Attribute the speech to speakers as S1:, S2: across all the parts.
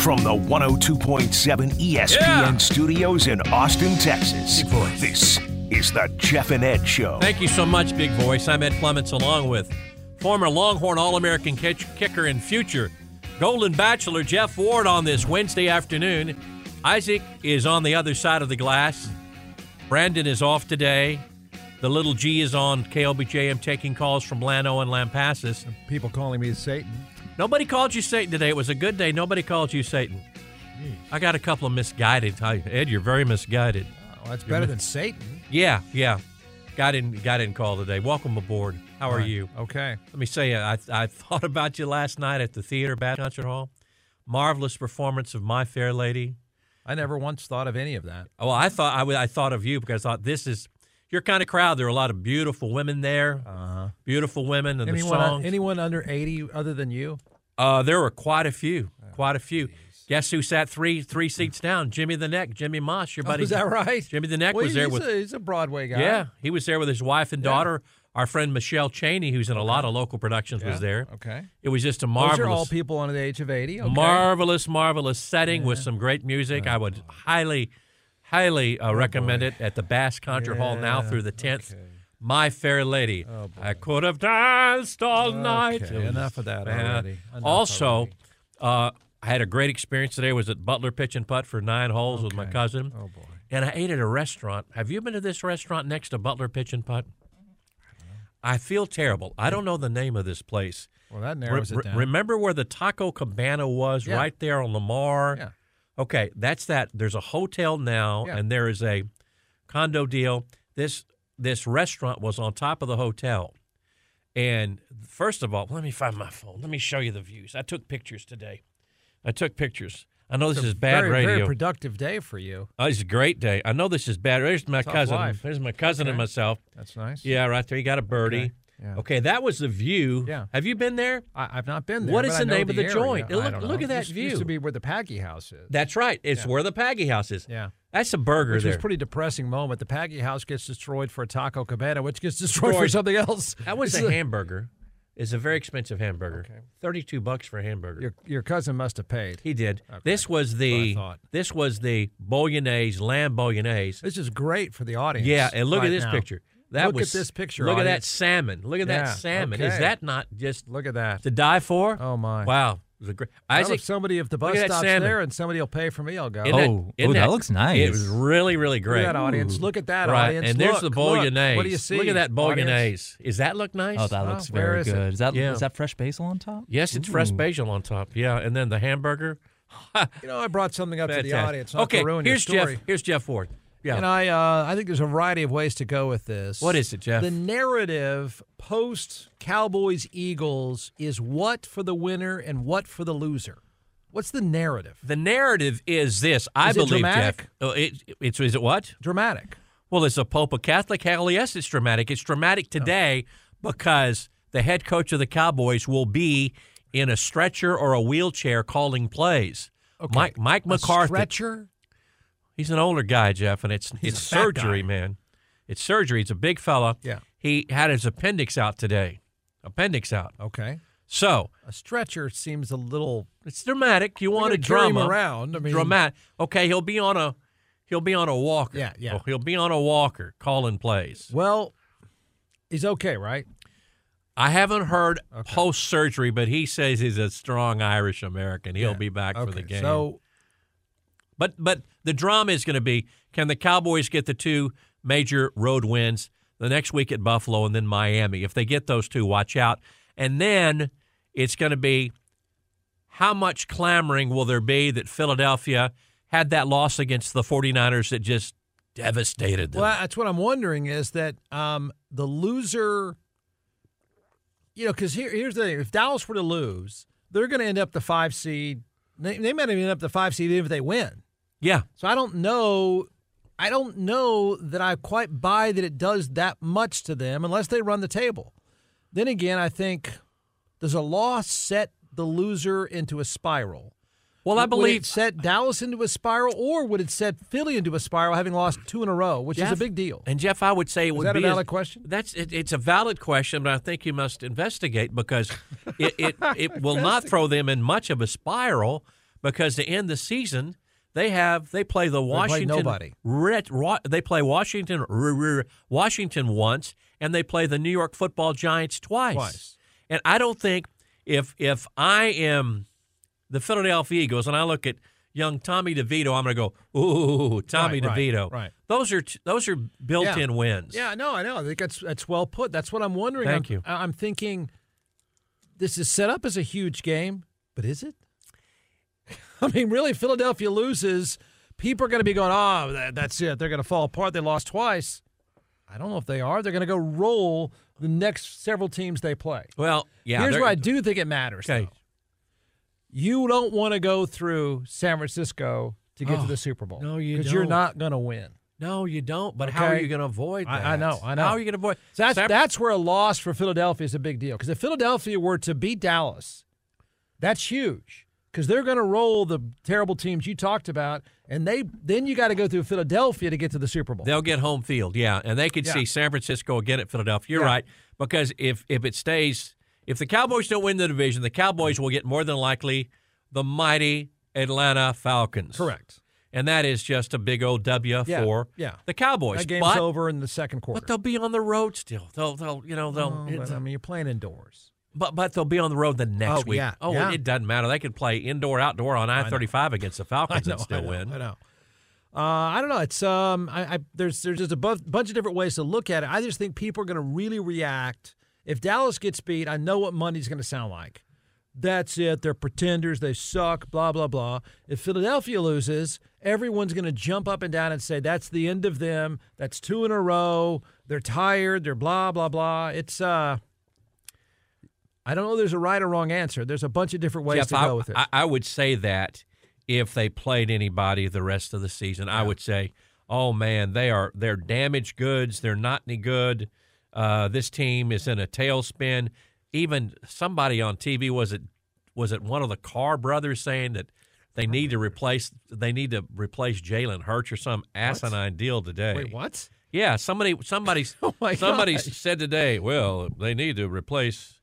S1: From the 102.7 ESPN
S2: Yeah.
S1: studios in Austin, Texas.
S2: Big voice.
S1: This is the Jeff and Ed Show.
S2: Thank you so much, Big Voice. I'm Ed Clements along with former Longhorn All American catch- kicker and future Golden Bachelor Jeff Ward on this Wednesday afternoon. Isaac is on the other side of the glass. Brandon is off today. The little G is on KLBJM taking calls from Lano and Lampasas.
S3: People calling me Satan.
S2: Nobody called you Satan today. It was a good day. Nobody called you Satan. I got a couple of misguided. Ed, you're very misguided.
S3: Oh, that's better than Satan.
S2: Yeah, yeah. Got in, got in call today. Welcome aboard. How are you?
S3: Okay.
S2: Let me say, I, I thought about you last night at the theater, Bad Concert Hall. Marvelous performance of My Fair Lady.
S3: I never once thought of any of that.
S2: Oh, I thought I, w- I thought of you because I thought this is your kind of crowd. There are a lot of beautiful women there,
S3: Uh-huh.
S2: beautiful women, and the
S3: Anyone,
S2: songs.
S3: anyone under 80 other than you?
S2: uh, there were quite a few,
S3: Oh,
S2: quite a few. Guess who sat three three seats down? Jimmy the Neck, Jimmy Moss, your buddy.
S3: Oh, is that right?
S2: Jimmy the Neck
S3: Well,
S2: was there
S3: he's
S2: with
S3: a, he's a Broadway guy.
S2: yeah, he was there with his wife and daughter. Our friend Michelle Cheney, who's in a lot of local productions, was there.
S3: Okay.
S2: It was just a
S3: Those
S2: marvelous.
S3: are all people under the age of 80. Okay.
S2: marvelous, marvelous setting with some great music. I would highly, highly
S3: Oh,
S2: uh, recommend it at the Bass Concert Hall now through the 10th. My Fair Lady. I could have danced all night.
S3: Oh, Okay,
S2: It was-
S3: enough of that
S2: man.
S3: already. Enough
S2: also,
S3: already.
S2: uh, I had a great experience today. I was at Butler Pitch and Putt for nine holes with my cousin.
S3: Oh, boy.
S2: And I ate at a restaurant. Have you been to this restaurant next to Butler Pitch and Putt? I feel terrible. I don't know the name of this place.
S3: Well, that
S2: Re-
S3: narrows
S2: re-
S3: it down.
S2: remember where the Taco Cabana was
S3: Yeah.
S2: right there on Lamar?
S3: Yeah.
S2: Okay, that's that. There's a hotel now
S3: Yeah.
S2: and there is a condo deal. This this restaurant was on top of the hotel. And first of all, let me find my phone. Let me show you the views. I took pictures today. I took pictures. I know this
S3: It's a
S2: is bad
S3: very,
S2: radio.
S3: Very productive day for you.
S2: oh, it's a great day. I know this is bad. There's my
S3: Tough
S2: cousin.
S3: life.
S2: There's my cousin and myself.
S3: That's nice.
S2: Yeah, right there. You got a birdie.
S3: Okay. Yeah.
S2: okay that was the view.
S3: Yeah.
S2: Have you been there?
S3: I, I've not been there.
S2: What
S3: but
S2: is
S3: I
S2: the
S3: know
S2: name of the
S3: area.
S2: joint?
S3: I
S2: Look-
S3: don't
S2: look
S3: know.
S2: at that
S3: Used- Used
S2: view.
S3: to be where the Paggy House is.
S2: That's right. It's where the Paggy House is.
S3: yeah.
S2: That's a burger
S3: Which
S2: there.
S3: was a pretty depressing moment. The Paggy House gets destroyed for a Taco Cabana, which gets destroyed for
S2: Destroyed.
S3: something else.
S2: that was
S3: It's
S2: a hamburger. It's a very expensive hamburger. Thirty-two bucks for a hamburger.
S3: Your, your cousin must have paid.
S2: he did. This was the
S3: That's what I thought.
S2: this was the bolognese lamb bolognese.
S3: This is great for the audience.
S2: Yeah, and look
S3: right
S2: at this
S3: now.
S2: picture. That
S3: Look at
S2: was
S3: this picture,
S2: Look at that
S3: audience.
S2: salmon. Look at
S3: Yeah,
S2: that salmon. Is
S3: okay.
S2: that not just
S3: Look at that.
S2: to die for?
S3: Oh, my.
S2: Wow, it was a great.
S3: Well,
S2: Isaac,
S3: if somebody, if the
S2: look
S3: bus
S2: at that
S3: stops
S2: salmon.
S3: there and somebody will pay for me, I'll go.
S2: isn't that-
S4: Oh,
S2: isn't
S4: oh, that looks nice.
S2: It was really, really great.
S3: Look at that audience. Look at that
S2: right,
S3: audience.
S2: and
S3: Look,
S2: there's the
S3: look.
S2: bolognese.
S3: What do you see?
S2: Look at that
S3: audience?
S2: bolognese. Is that look nice?
S4: Oh, that
S3: Oh,
S4: looks
S3: where
S4: very
S3: is it?
S4: good. Is that
S2: Yeah.
S4: is that fresh basil on top?
S2: Yes, it's fresh
S4: Ooh.
S2: basil on top. Yeah, and then the hamburger.
S3: You know, I brought something up to the
S2: Fantastic.
S3: audience. Not
S2: okay,
S3: to ruin
S2: here's
S3: your story.
S2: Jeff. Here's Jeff Ward. Yeah,
S3: And I, uh, I think there's a variety of ways to go with this.
S2: What is it, Jeff?
S3: The narrative post Cowboys Eagles is what for the winner and what for the loser. What's the narrative?
S2: the narrative is this. I
S3: Is it
S2: believe
S3: dramatic?
S2: Jeff. Oh, it, it's is it what?
S3: Dramatic.
S2: Well, it's a Pope, a Catholic. Hell yes, it's dramatic. It's
S3: Oh.
S2: dramatic today because the head coach of the Cowboys will be in a stretcher or a wheelchair calling plays. Mike Mike
S3: A
S2: McCarthy.
S3: stretcher.
S2: He's an older guy, Jeff, and it's
S3: He's
S2: it's
S3: a fat
S2: surgery,
S3: guy.
S2: man. It's surgery. He's a big fella.
S3: Yeah.
S2: He had his appendix out today. Appendix out.
S3: Okay.
S2: So
S3: A stretcher seems a little.
S2: it's dramatic. You
S3: They're
S2: want a
S3: gonna carry him
S2: drama
S3: around. I mean-
S2: dramatic. Okay, he'll be on a he'll be on a walker.
S3: Yeah, yeah.
S2: Oh, he'll be on a walker calling plays.
S3: Well, he's okay, right?
S2: I haven't heard post surgery, but he says he's a strong Irish American. He'll be back
S3: okay.
S2: for the game.
S3: So
S2: But but the drama is going to be can the Cowboys get the two major road wins the next week at Buffalo and then Miami? If they get those two, watch out. And then it's going to be how much clamoring will there be that Philadelphia had that loss against the 49ers that just devastated them.
S3: Well, that's what I'm wondering is that um, the loser, you know, because here, here's the thing: if Dallas were to lose, they're going to end up the five seed. They, they might even end up the five seed even if they win.
S2: yeah.
S3: So I don't know. I don't know that I quite buy that it does that much to them unless they run the table. Then again, I think does a loss set the loser into a spiral?
S2: Well, I
S3: Would it
S2: believe
S3: set Dallas into a spiral, or would it set Philly into a spiral, having lost two in a row, which is a
S2: Jeff-
S3: big deal.
S2: And Jeff, I would say it would
S3: that a
S2: be
S3: valid question?
S2: That's it, it's a valid question, but I think you must investigate because it it, it will not throw them in much of a spiral because to end the season they have they play the Washington
S3: nobody.
S2: Red, Ro- they play Washington r- r- Washington once and they play the New York Football Giants twice.
S3: Twice.
S2: And I don't think if if I am the Philadelphia Eagles and I look at young Tommy DeVito, I'm going to go, "Ooh, Tommy
S3: Right, right,
S2: DeVito."
S3: right.
S2: Those are t- those are built-in wins.
S3: Yeah, no, I know. I think that's that's well put. That's what I'm wondering.
S2: Thank
S3: I'm,
S2: you.
S3: I- I'm thinking this is set up as a huge game, but is it? I mean, really, Philadelphia loses. People are going to be going, oh, that, that's it. They're going to fall apart. They lost twice. I don't know if they are. They're going to go roll the next several teams they play.
S2: Well, yeah.
S3: Here's
S2: they're-
S3: where I do think it matters.
S2: Okay.
S3: though. You don't want to go through San Francisco to get
S2: Oh,
S3: to the Super Bowl.
S2: no, you
S3: you're
S2: don't.
S3: not going to win.
S2: No, you don't. But how are
S3: Okay.
S2: you going to avoid that?
S3: I, I know, I know.
S2: How are you going to avoid?
S3: So that's
S2: San-
S3: that's where a loss for Philadelphia is a big deal because if Philadelphia were to beat Dallas, that's huge because they're going to roll the terrible teams you talked about, and they then you got to go through Philadelphia to get to the Super Bowl.
S2: They'll get home field, yeah, and they could
S3: Yeah.
S2: see San Francisco again at Philadelphia. You're
S3: Yeah.
S2: right, because if if it stays, if the Cowboys don't win the division, the Cowboys will get more than likely the mighty Atlanta Falcons.
S3: Correct.
S2: and that is just a big old W
S3: Yeah,
S2: for
S3: yeah.
S2: the Cowboys.
S3: That game's
S2: but,
S3: over in the second quarter.
S2: but they'll be on the road still. They'll they'll you know they'll
S3: Oh, but, I mean, you're playing indoors.
S2: But but they'll be on the road the next
S3: Oh,
S2: week.
S3: yeah,
S2: Oh,
S3: yeah.
S2: it doesn't matter. They could play indoor, outdoor on I thirty five against the Falcons and still
S3: I know,
S2: win.
S3: I know. Uh, I don't know. It's um, I, I there's there's just a bu- bunch of different ways to look at it. I just think people are going to really react if Dallas gets beat. I know what Monday's going to sound like. That's it. They're pretenders. They suck. Blah blah blah. If Philadelphia loses, everyone's going to jump up and down and say that's the end of them. That's two in a row. They're tired. They're blah blah blah. It's uh. I don't know. There's a right or wrong answer. There's a bunch of different ways
S2: Jeff,
S3: to
S2: I,
S3: go with it.
S2: I, I would say that if they played anybody the rest of the season, I would say, oh man, they are they're damaged goods. They're not any good. Uh, this team is in a tailspin. Even somebody on TV was it was it one of the Carr brothers saying that they need to replace they need to replace Jalen Hurts or some asinine deal today.
S3: Wait, what?
S2: Yeah, somebody somebody
S3: Oh my
S2: somebody
S3: gosh.
S2: said today, well, they need to replace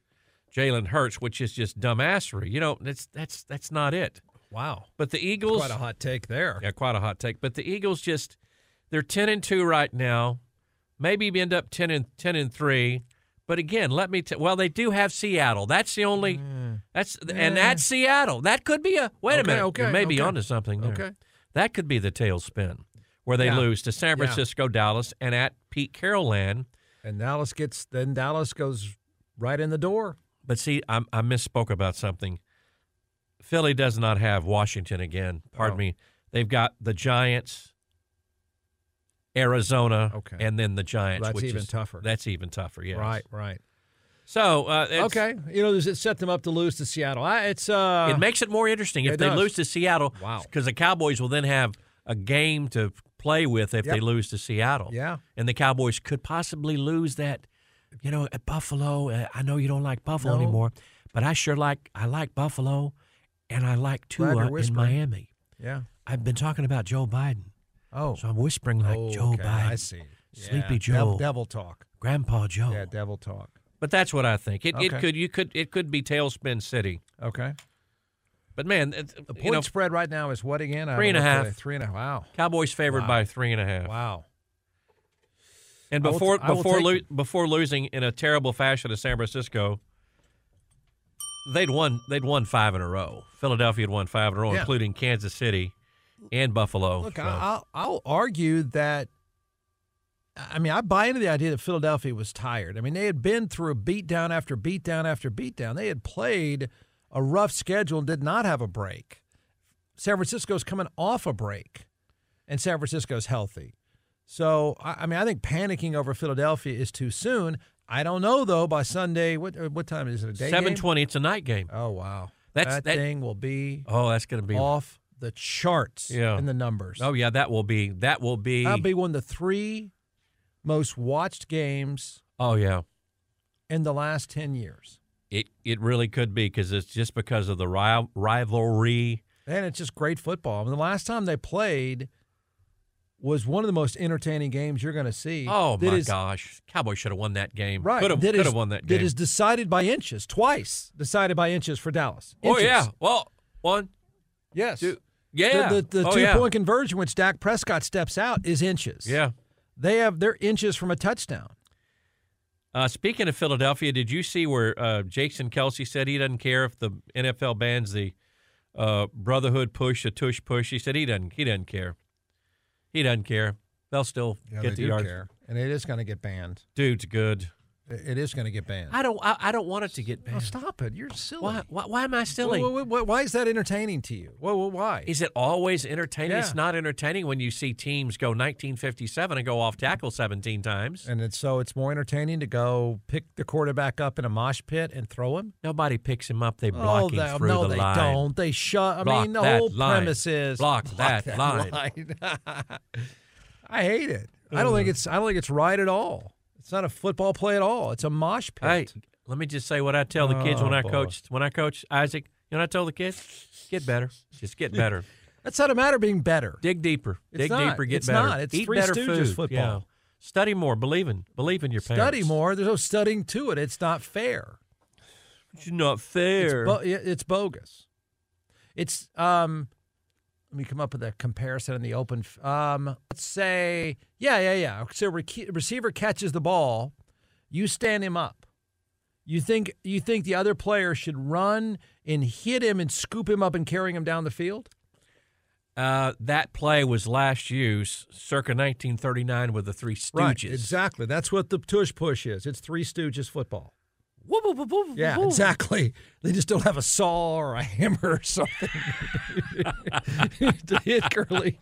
S2: Jalen Hurts, which is just dumbassery. You know, that's that's that's not it.
S3: Wow.
S2: But the Eagles
S3: Quite a hot take there.
S2: Yeah, quite a hot take. But the Eagles just they're ten and two right now. Maybe we end up ten and ten and three. But again, let me tell. Well, they do have Seattle. That's the only. That's and that's Seattle. That could be a. Wait a
S3: Mm. Okay,
S2: minute.
S3: okay,
S2: you may be
S3: okay.
S2: onto something there.
S3: Okay.
S2: That could be the tailspin where they
S3: Yeah.
S2: lose to San
S3: Yeah.
S2: Francisco, Dallas, and at Pete Carroll Land.
S3: And Dallas gets then Dallas goes right in the door.
S2: But see, I, I misspoke about something. Philly does not have Washington again. Pardon
S3: Oh.
S2: me. They've got the Giants, Arizona,
S3: Okay.
S2: and then the Giants.
S3: That's
S2: which
S3: even
S2: is-
S3: tougher.
S2: That's even tougher. Yes.
S3: Right, right.
S2: So uh, it's-
S3: okay. You know, does it set them up to lose to Seattle? I, it's uh
S2: it makes it more interesting if
S3: It
S2: they
S3: does.
S2: lose to Seattle.
S3: Wow.
S2: Because the Cowboys will then have a game to play with if they
S3: Yep.
S2: lose to Seattle.
S3: Yeah.
S2: And the Cowboys could possibly lose that. You know, at Buffalo. Uh, I know you don't like Buffalo
S3: No.
S2: anymore, but I sure like I like Buffalo, and I like
S3: Glad you're
S2: Tua in
S3: whispering.
S2: Miami.
S3: yeah.
S2: I've been talking about Joe Biden,
S3: Oh.
S2: so I'm whispering like
S3: Oh,
S2: Joe
S3: okay.
S2: Biden,
S3: I see.
S2: Sleepy
S3: Yeah.
S2: Joe. Oh.
S3: Devil, devil talk.
S2: Grandpa Joe.
S3: Yeah, devil talk.
S2: but that's what I think. It, it
S3: Okay.
S2: could you could it could be tailspin city.
S3: Okay.
S2: But man, it,
S3: The point
S2: you know,
S3: spread right now is what again? I
S2: Three and
S3: don't
S2: a
S3: know if
S2: half.
S3: they- Three and a half. Wow.
S2: Cowboys favored
S3: Wow.
S2: by three and a half.
S3: Wow.
S2: And
S3: I will t-
S2: before
S3: I will
S2: before
S3: take
S2: lo-
S3: it.
S2: before losing in a terrible fashion to San Francisco, they'd won they'd won five in a row. Philadelphia had won five in a row,
S3: Yeah.
S2: including Kansas City and Buffalo.
S3: Look,
S2: So-
S3: I I'll, I'll argue that. I mean, I buy into the idea that Philadelphia was tired. I mean, they had been through beatdown after beatdown after beatdown. They had played a rough schedule and did not have a break. San Francisco's coming off a break, and San Francisco's healthy. So I, I mean, I think panicking over Philadelphia is too soon. I don't know though. By Sunday, what uh, what time is it? A day
S2: Seven
S3: game?
S2: twenty. It's a night game.
S3: Oh wow,
S2: That's-
S3: that,
S2: that-
S3: thing will be
S2: Oh, that's going to be.
S3: off the charts
S2: Yeah.
S3: in the numbers.
S2: Oh yeah, that will be. That will be.
S3: That'll be one of the three most watched games
S2: oh yeah.
S3: in the last ten years,
S2: It it really could be because it's just because of the ri- rivalry.
S3: and it's just great football. I mean, the last time they played was one of the most entertaining games you're going to see.
S2: Oh
S3: That
S2: my
S3: is-
S2: gosh, Cowboys should have won that game.
S3: Right,
S2: could have
S3: that
S2: could
S3: is-
S2: have won that game.
S3: That is decided by inches twice. Decided by inches for Dallas.
S2: oh
S3: Inches.
S2: yeah. Well, one,
S3: yes.
S2: two, yeah.
S3: The, the, the
S2: Oh,
S3: two
S2: yeah.
S3: point conversion, which Dak Prescott steps out, is inches.
S2: Yeah.
S3: they have their inches from a touchdown.
S2: Uh, speaking of Philadelphia, did you see where uh, Jason Kelsey said he doesn't care if the NFL bans the uh, brotherhood push, the tush push? He said he doesn't. He doesn't care. He doesn't care. They'll still get the yard.
S3: and it is going to get banned.
S2: Dude's good.
S3: It it is going to get banned.
S2: I don't. I, I don't want it to get
S3: Oh,
S2: banned.
S3: stop it! You're silly.
S2: why, why? Why am I
S3: Why,
S2: silly?
S3: why, why- why is that entertaining to you? Why? why- why?
S2: Is it always entertaining?
S3: Yeah.
S2: It's not entertaining when you see teams go 1957 and go off tackle 17 times.
S3: and it's, so it's more entertaining to go pick the quarterback up in a mosh pit and throw him.
S2: Nobody picks him up. They block
S3: Oh,
S2: him
S3: they,
S2: through
S3: no,
S2: the
S3: they
S2: line.
S3: don't. They shut. I
S2: Block
S3: mean, the
S2: that
S3: whole
S2: line.
S3: premise is
S2: Block that line.
S3: line. I hate it. I don't
S2: Mm.
S3: think it's. I don't think it's right at all. It's not a football play at all. It's a mosh pit.
S2: Hey, let me just say what I tell the kids
S3: Oh,
S2: when I
S3: boy.
S2: coach. When I coach Isaac, you know, what I tell the kids, get better, just get better,
S3: That's not a matter of being better.
S2: dig deeper,
S3: It's
S2: dig
S3: not.
S2: deeper, get
S3: It's
S2: better,
S3: not. It's
S2: eat
S3: Three
S2: better
S3: Stooges
S2: food,
S3: football.
S2: Yeah. study more, believe in, believe in your
S3: Study
S2: parents.
S3: more. There's no studying to it. It's not fair.
S2: It's not fair.
S3: It's, bo- yeah, it's bogus. It's um. Let me come up with a comparison in the open. f- Um, let's say, yeah, yeah, yeah. So rec- receiver catches the ball, you stand him up. You think you think the other player should run and hit him and scoop him up and carry him down the field?
S2: uh, that play was last used circa 1939 with the Three Stooges.
S3: exactly. That's what the tush push is. It's Three Stooges football.
S2: Woo, woo, woo, woo,
S3: Yeah,
S2: woo.
S3: exactly. They just don't have a saw or a hammer or something to hit Curly.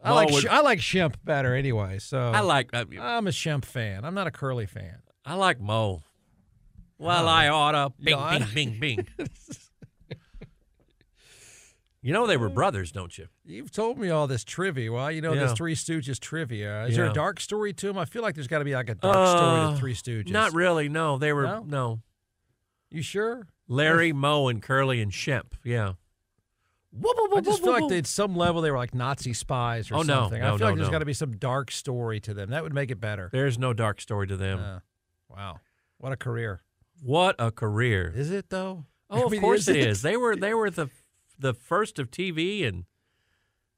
S3: I
S2: Ball
S3: like
S2: would-
S3: Sh- I like Shemp better anyway. So
S2: I like. I,
S3: I'm a Shemp fan. I'm not a Curly fan.
S2: I like Mo. Well, I oughta. Bing,
S3: Yeah, I-
S2: bing, bing, bing. you know they were brothers, don't you?
S3: You've told me all this trivia. Well, you know
S2: Yeah.
S3: this Three Stooges trivia. Is there
S2: Yeah.
S3: a dark story to them? I feel like there's got to be like a dark story
S2: Uh,
S3: to Three Stooges.
S2: Not really. No, they were
S3: No?
S2: no.
S3: You sure?
S2: Larry, Moe, and Curly and Shemp. Yeah. Whoop, whoop,
S3: I
S2: whoop,
S3: just
S2: whoop,
S3: feel like
S2: whoop.
S3: they, at some level, they were like Nazi spies or
S2: Oh, no.
S3: something. I
S2: No,
S3: feel
S2: no,
S3: like there's
S2: no.
S3: got to be some dark story to them. That would make it better.
S2: There's no dark story to them.
S3: Uh, wow, what a career!
S2: what a career!
S3: Is it though?
S2: oh,
S3: I
S2: of
S3: mean,
S2: course it is. They were they were the the first of TV, and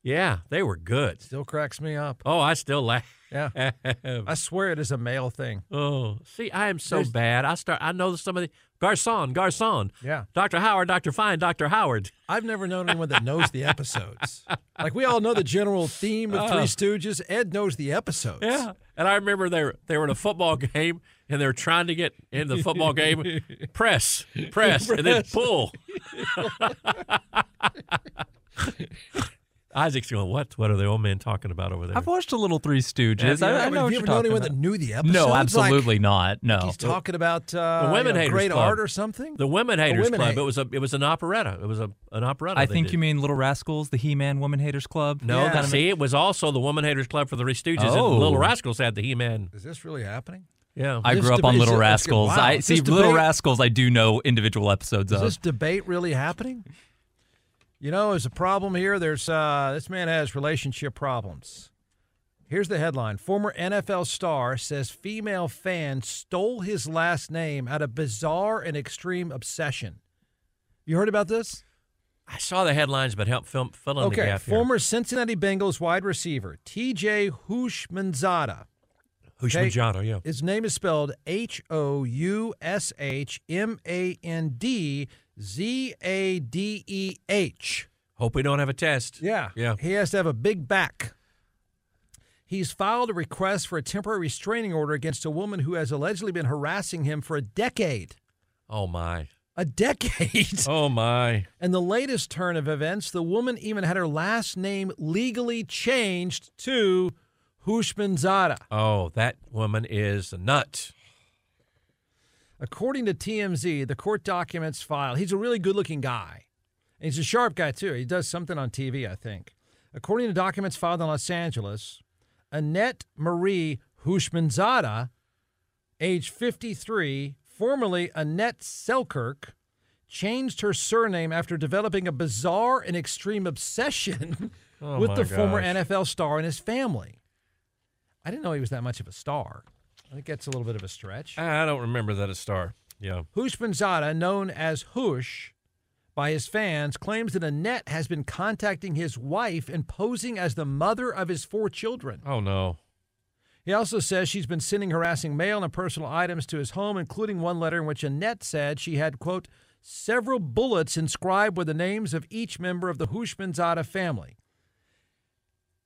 S2: yeah, they were good.
S3: Still cracks me up.
S2: Oh, I still laugh.
S3: Yeah, I swear it is a male thing.
S2: Oh, see, I am so
S3: There's-
S2: bad. I start. I know some of the Garcon, Garcon.
S3: Yeah.
S2: Doctor Howard, Doctor Fine, Doctor Howard.
S3: I've never known anyone that knows the episodes. Like we all know the general theme of Three
S2: Oh.
S3: Stooges. Ed knows the episodes.
S2: And I remember they were they were in a football game and they were trying to get in the football game, press, press, and then pull. Isaac's going. What? What are the old men talking about over there?
S4: I've watched a little Three Stooges.
S3: Have you,
S4: I, I
S3: have
S4: know what
S3: you
S4: you're
S3: ever known
S4: talking
S3: anyone
S4: about.
S3: that knew the episodes?
S4: No,
S3: Like,
S4: absolutely not. No.
S3: he's talking about uh,
S2: The Women
S3: you know,
S2: Haters
S3: great
S2: Club.
S3: art or something.
S2: the Women Haters
S3: Women
S2: Club.
S3: Hate-
S2: It was a. It was an operetta. It was a an operetta.
S4: I
S2: they
S4: think
S2: did.
S4: you mean Little Rascals, the He-Man Woman Haters Club.
S2: No,
S3: Yeah.
S2: that- see, it was also the Woman Haters Club for the Three Stooges.
S4: Oh.
S2: And Little Rascals had the He-Man.
S3: Is this really happening?
S2: Yeah,
S4: I
S3: This
S4: grew up on
S3: debate- is it-
S4: Little
S3: that's good.
S4: Rascals.
S3: Wow.
S4: I
S3: This
S4: see Little
S3: debate-
S4: Rascals. I do know individual episodes
S3: Is
S4: of.
S3: this debate really happening? You know, there's a problem here. There's uh, this man has relationship problems. Here's the headline: Former NFL star says female fan stole his last name out of bizarre and extreme obsession. You heard about this?
S2: I saw the headlines, but help fill, fill in the
S3: Okay,
S2: gap
S3: former Cincinnati Bengals wide receiver T.J. Hushmanzada.
S2: here.
S3: okay.
S2: Hushmanzada, yeah.
S3: His name is spelled H O U S H M A N D Z A D E H.
S2: Hope we don't have a test.
S3: Yeah.
S2: Yeah.
S3: He has to have a big back. He's filed a request for a temporary restraining order against a woman who has allegedly been harassing him for a decade.
S2: Oh my.
S3: a decade.
S2: Oh my.
S3: And the latest turn of events, the woman even had her last name legally changed to Hushmanzada.
S2: Oh, that woman is a nut.
S3: According to TMZ, the court documents filed, he's a really good looking guy. And he's a sharp guy, too. He does something on TV, I think. According to documents filed in Los Angeles, Annette Marie Hushmanzada, age 53, formerly Annette Selkirk, changed her surname after developing a bizarre and extreme obsession
S2: Oh
S3: with
S2: my
S3: the former
S2: gosh.
S3: NFL star and his family. I didn't know he was that much of a star. I think that's a little bit of a stretch.
S2: Ah, I don't remember that a star. Yeah.
S3: Hushmanzada, known as Hush by his fans, claims that Annette has been contacting his wife and posing as the mother of his four children.
S2: Oh no.
S3: He also says she's been sending harassing mail and personal items to his home, including one letter in which Annette said she had, quote, several bullets inscribed with the names of each member of the Hushmanzada family.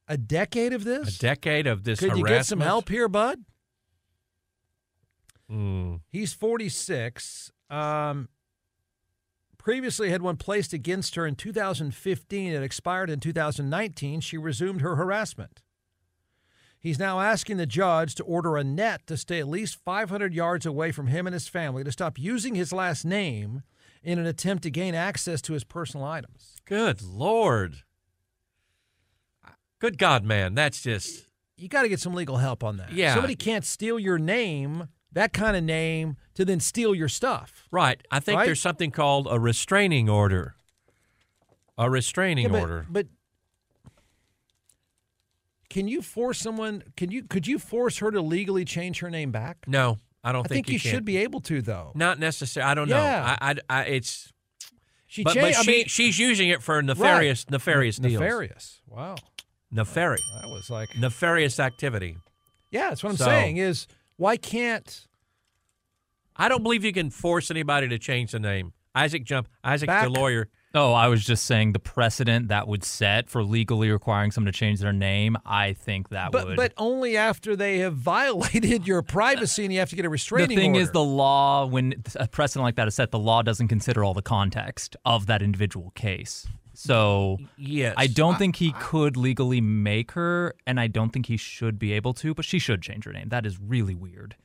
S3: A decade of
S2: A
S3: this?
S2: decade of this
S3: Could you
S2: harassment.
S3: get some help here, bud?
S2: Mm.
S3: He's 46. Um, previously had one placed against her in 2015. It expired in 2019. She resumed her harassment. He's now asking the judge to order Annette to stay at least 500 yards away from him and his family to stop using his last name in an attempt to gain access to his personal items.
S2: Good lord. Good God, man. That's just
S3: You got to get some legal help on that.
S2: Yeah.
S3: Somebody can't steal your name, that kind of name, to then steal your stuff.
S2: right. I think
S3: Right?
S2: there's something called a restraining order. A restraining
S3: Yeah, but,
S2: order.
S3: But can you force someone? Can you could you force her to legally change her name back?
S2: No, I don't
S3: I think,
S2: you,
S3: you
S2: can.
S3: should be able to though.
S2: Not necessary. I don't
S3: Yeah.
S2: know. I, I, I it's
S3: She
S2: but,
S3: changed.
S2: but she, she's using it for
S3: I mean, right.
S2: nefarious nefarious deals.
S3: Nefarious. Wow,
S2: Nefarious.
S3: that was like
S2: Nefarious activity.
S3: yeah. That's what I'm
S2: So-
S3: saying is why can't
S2: I don't believe you can force anybody to change the name. Isaac Jump, Isaac
S3: Back.
S2: the lawyer.
S4: Oh, I was just saying the precedent that would set for legally requiring someone to change their name. I think that
S3: but
S4: would.
S3: but only after they have violated your privacy and you have to get a
S4: the
S3: restraining
S4: thing is,
S3: order.
S4: the law when a precedent like that is set, the law doesn't consider all the context of that individual case. So
S2: Yes.
S4: I don't think he could legally make her, and I don't think he should be able to. But she should change her name. That is really weird.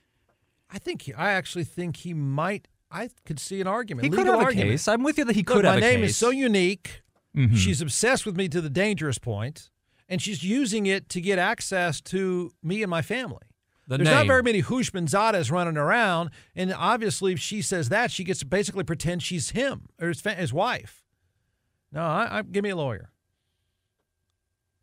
S3: I think he, I actually think he might. I could see an argument.
S4: He could
S3: legal
S4: have a
S3: argument.
S4: case. I'm with you that he
S3: Look,
S4: could have
S3: my
S4: a
S3: name
S4: case.
S3: is so unique.
S4: Mhm.
S3: She's obsessed with me to the dangerous point, and she's using it to get access to me and my family.
S2: The
S3: There's not
S2: name.
S3: very many Hushmanzadas running around, and obviously, if she says that, she gets to basically pretend she's him or his, fa- his wife. No, I, I, give me a lawyer.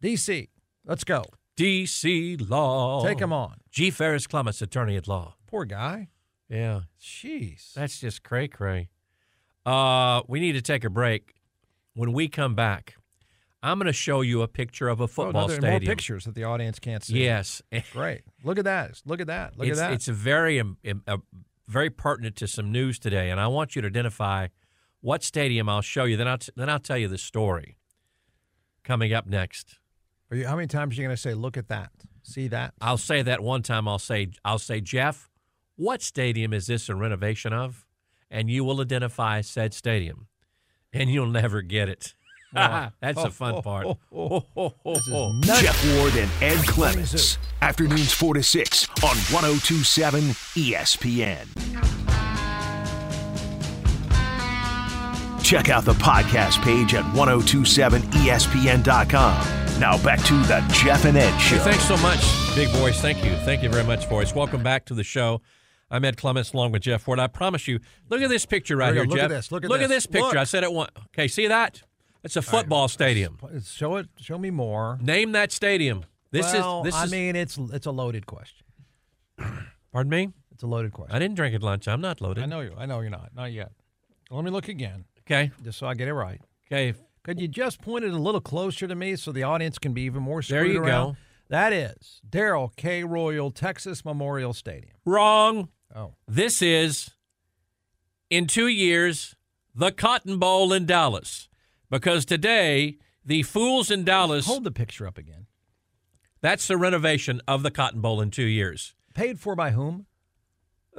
S3: DC, let's go.
S2: DC law.
S4: Oh.
S3: Take him on.
S2: G. Ferris Clements, attorney at law.
S3: Poor guy.
S2: Yeah.
S3: Jeez.
S2: That's just cray cray. Uh, we need to take a break. When we come back, I'm going to show you a picture of a
S3: Oh,
S2: football
S3: another-
S2: stadium.
S3: More pictures that the audience can't see.
S2: Yes.
S3: Great. Look at that. Look at that. Look
S2: it's,
S3: at that.
S2: It's a very um, um, uh, very pertinent to some news today, and I want you to identify what stadium I'll show you. Then I'll t- then I'll tell you the story. Coming up next,
S3: Are you, how many times are you going to say, look at that? See that?
S2: I'll say that one time. I'll say I'll say Jeff, what stadium is this a renovation of? And you will identify said stadium, and you'll never get it.
S3: Wow.
S2: That's the fun part.
S3: This is nuts.
S1: Jeff Ward and Ed Clements. Afternoons 4 to 6 on 1027 ESPN. Check out the podcast page at E 1027ESPN.com. Now back to the Jeff and Ed Show.
S2: Hey, thanks so much, Big Voice. Thank you. Thank you very much, Voice. Welcome back to the show. I'm Ed Clements along with Jeff Ward. I promise you, look at this picture right
S3: There
S2: here,
S3: you go. Look
S2: Jeff.
S3: at this. Look at
S2: look at
S3: this.
S2: this picture.
S3: Look.
S2: I said it one. Okay, see that? It's a football stadium.
S3: Show it. Show me more.
S2: Name that stadium. This
S3: well,
S2: is this
S3: I
S2: is
S3: mean, it's it's a loaded question.
S2: pardon me?
S3: It's a loaded
S2: I
S3: question.
S2: didn't drink at lunch. I'm not loaded.
S3: I know you. I know you're not. Not yet. Let me look again,
S2: Okay.
S3: just so I get it right.
S2: Okay.
S3: Could you just point it a little closer to me so the audience can be even more
S2: There
S3: screwed
S2: you
S3: around?
S2: go.
S3: That is Daryl K. Royal, Texas Memorial Stadium.
S2: Wrong.
S3: Oh,
S2: This is in two years the Cotton Bowl in Dallas. Because today the fools in Dallas
S3: hold the picture up again.
S2: That's the renovation of the Cotton Bowl in two years.
S3: Paid for by whom?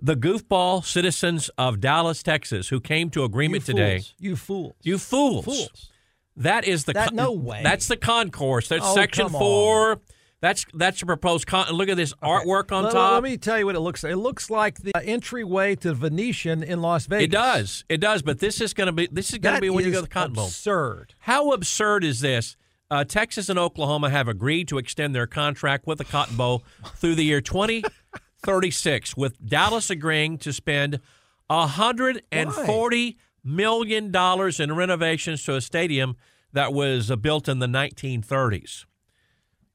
S2: the goofball citizens of Dallas, Texas, who came to agreement today.
S5: You fools.
S2: You fools.
S5: Fools.
S2: That is the
S5: That- no way.
S2: That's the concourse. That's
S5: Oh,
S2: section
S5: come on.
S2: four. That's that's the proposed con. Look at this artwork on
S3: let,
S2: top.
S3: let me tell you what it looks like. It looks like the uh, entryway to Venetian in Las Vegas.
S2: It does. It does. But this is going to be this is going to
S3: That
S2: be when you
S3: is
S2: go to the Cotton Bowl.
S3: Absurd.
S2: How absurd is this? Uh, Texas and Oklahoma have agreed to extend their contract with the Cotton Bowl through the year 2036, with Dallas agreeing to spend 140 million dollars in renovations to a stadium that was uh, built in the 1930s.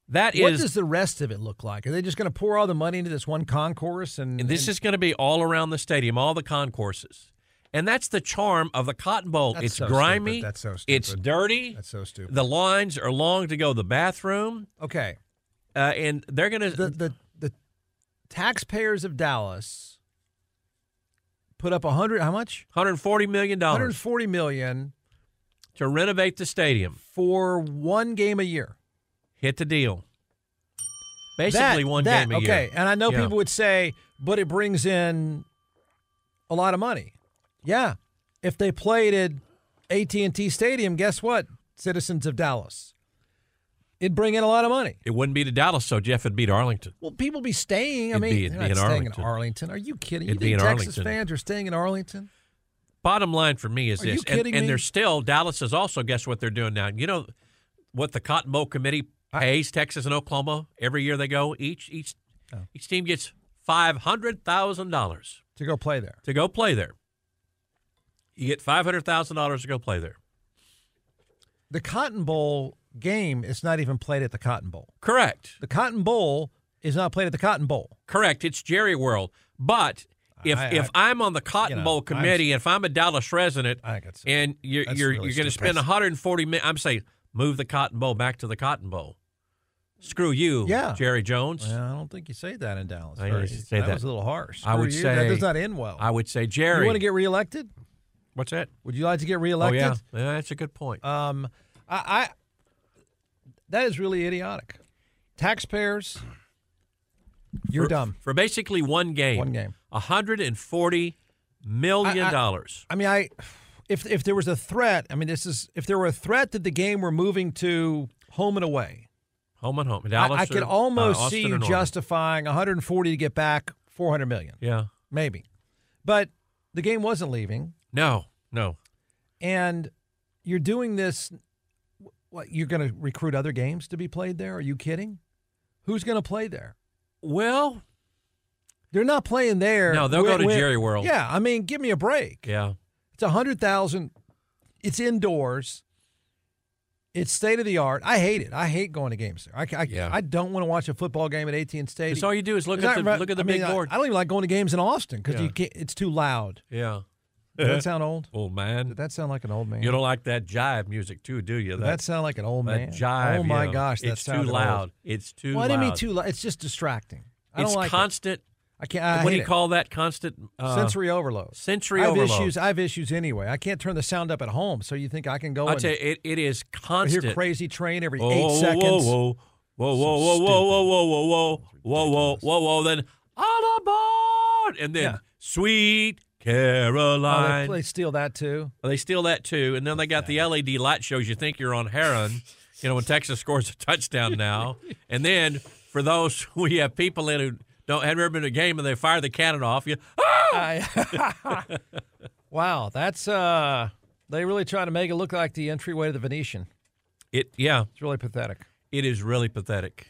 S2: That is.
S3: What does the rest of it look like? Are they just going to pour all the money into this one concourse? And,
S2: And this is going to be all around the stadium, all the concourses. And that's the charm of the Cotton Bowl.
S3: That's
S2: it's
S3: so
S2: grimy.
S3: stupid. That's so
S2: It's
S3: stupid.
S2: dirty.
S3: That's so stupid.
S2: The lines are long to go to the bathroom.
S3: okay.
S2: Uh, and they're going
S3: The,
S2: to.
S3: the the taxpayers of Dallas put up a hundred. How much?
S2: $140 million
S3: One hundred forty million
S2: to renovate the stadium.
S3: for one game a year.
S2: Hit the deal. Basically,
S3: That-
S2: one
S3: that,
S2: game a
S3: okay.
S2: year.
S3: and I know
S2: Yeah.
S3: people would say, but it brings in a lot of money. Yeah, if they played at AT and T Stadium, guess what, citizens of Dallas, it'd bring in a lot of money.
S2: It wouldn't be to Dallas, so Jeff would beat Arlington.
S3: Well, people be staying. I
S2: It'd
S3: mean,
S2: be- it'd
S3: they're
S2: be
S3: not
S2: in
S3: staying
S2: Arlington.
S3: in Arlington. Are you kidding?
S2: It'd
S3: you
S2: be in
S3: think Texas
S2: Arlington.
S3: fans are staying in Arlington?
S2: Bottom line for me is
S3: Are
S2: this.
S3: you
S2: and,
S3: kidding
S2: and
S3: me?
S2: they're still, Dallas is also, guess what they're doing now? You know what the Cotton Bowl Committee pays Texas and Oklahoma every year they go? Each each
S3: Oh.
S2: each team gets five hundred thousand dollars
S3: To go play there.
S2: to go play there. You get five hundred thousand dollars to go play there.
S3: The Cotton Bowl game is not even played at the Cotton Bowl.
S2: Correct.
S3: The Cotton Bowl is not played at the Cotton Bowl.
S2: Correct. It's Jerry World. But if
S3: I-
S2: if I'm on the Cotton
S3: you know,
S2: Bowl committee, if I'm a Dallas resident,
S3: I think it's-
S2: and you're
S3: that's
S2: you're,
S3: really
S2: you're going to
S3: stupid.
S2: spend 140 million, I'm saying move the Cotton Bowl back to the Cotton Bowl. Screw you,
S3: Yeah.
S2: Jerry Jones.
S3: Well, I don't think you say that in Dallas.
S2: I
S3: Very-
S2: used to say that.
S3: was a little harsh.
S2: I would
S3: Screw you. that
S2: say-
S3: does not end well.
S2: I would say Jerry.
S3: You want to get reelected?
S2: what's that?
S3: Would you like to get
S2: Oh
S3: reelected?
S2: yeah. yeah, that's a good point.
S3: Um, I, I that is really idiotic. Taxpayers, you're
S2: for,
S3: dumb.
S2: for basically one game.
S3: One game.
S2: 140 million
S3: I- I-
S2: dollars.
S3: I mean, I if if there was a threat, I mean, this is if there were a threat that the game were moving to home and away,
S2: Home and home.
S3: I,
S2: Dallas.
S3: I
S2: or,
S3: could
S2: uh,
S3: almost
S2: Austin
S3: see
S2: or
S3: you
S2: Norman.
S3: justifying 140 to get back 400 million,
S2: Yeah.
S3: maybe. But the game wasn't leaving,
S2: No. No.
S3: and you're doing this. What you're going to recruit other games to be played there? Are you kidding? Who's going to play there?
S2: Well,
S3: They're not playing there.
S2: No, they'll go
S3: Where-
S2: to
S3: where-
S2: Jerry World.
S3: Yeah, I mean, give me a break.
S2: yeah.
S3: It's a hundred thousand. It's indoors. It's state of the art. I hate it. I hate going to games there. I, I,
S2: Yeah.
S3: I don't want to watch a football game at AT&T Stadium.
S2: Because all you do is look
S3: It's
S2: at
S3: not
S2: the
S3: right-
S2: look at the
S3: I
S2: big
S3: mean, I-
S2: board.
S3: I, don't even like going to games in Austin because
S2: Yeah.
S3: you can't. It's too loud.
S2: yeah.
S3: Does that sound old?
S2: Oh
S3: Did
S2: man,
S3: that sound like an old man?
S2: you don't like that jive music too, do you?
S3: Did that sound like an old
S2: that
S3: man?
S2: jive.
S3: oh my
S2: yeah.
S3: gosh, that
S2: it's too
S3: sounded old.
S2: loud. It's too.
S3: Why
S2: loud.
S3: do you mean too loud? It's just distracting. I
S2: it's
S3: don't like it.
S2: constant.
S3: I can't. I
S2: what do
S3: hate
S2: you
S3: it.
S2: call that? Constant uh,
S3: sensory overload.
S2: sensory
S3: I have
S2: overload.
S3: issues. I have issues anyway. I can't turn the sound up at home. So you think I can go
S2: I
S3: and
S2: tell you, it, it is
S3: I hear
S2: constant.
S3: crazy train every
S2: oh,
S3: eight
S2: whoa,
S3: seconds?
S2: Whoa, whoa, whoa, whoa, whoa, whoa, whoa, whoa, whoa, whoa, whoa, whoa, whoa, whoa. Then all aboard, and then
S3: Yeah.
S2: sweet
S3: Oh,
S2: Caroline.
S3: they, they steal that too.
S2: Well, they steal that too, and then they got the LED light shows. You think you're on Heron, you know, when Texas scores a touchdown now. And then for those we have people in who don't have never been to a game and they fire the cannon off you. Ah!
S3: I- wow, that's uh, they really try to make it look like the entryway to the Venetian.
S2: It yeah,
S3: It's really pathetic.
S2: it is really pathetic.